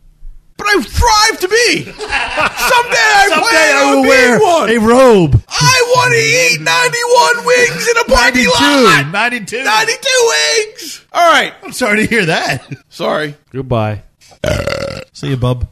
Speaker 1: But I thrive to be. Someday I plan
Speaker 2: I
Speaker 1: on
Speaker 2: will
Speaker 1: being
Speaker 2: wear
Speaker 1: one.
Speaker 2: a robe.
Speaker 1: I want to eat 91 wings in a parking
Speaker 2: 92,
Speaker 1: lot.
Speaker 2: 92.
Speaker 1: 92 wings. All right.
Speaker 2: I'm sorry to hear that.
Speaker 1: Sorry.
Speaker 3: Goodbye.
Speaker 2: See you, bub.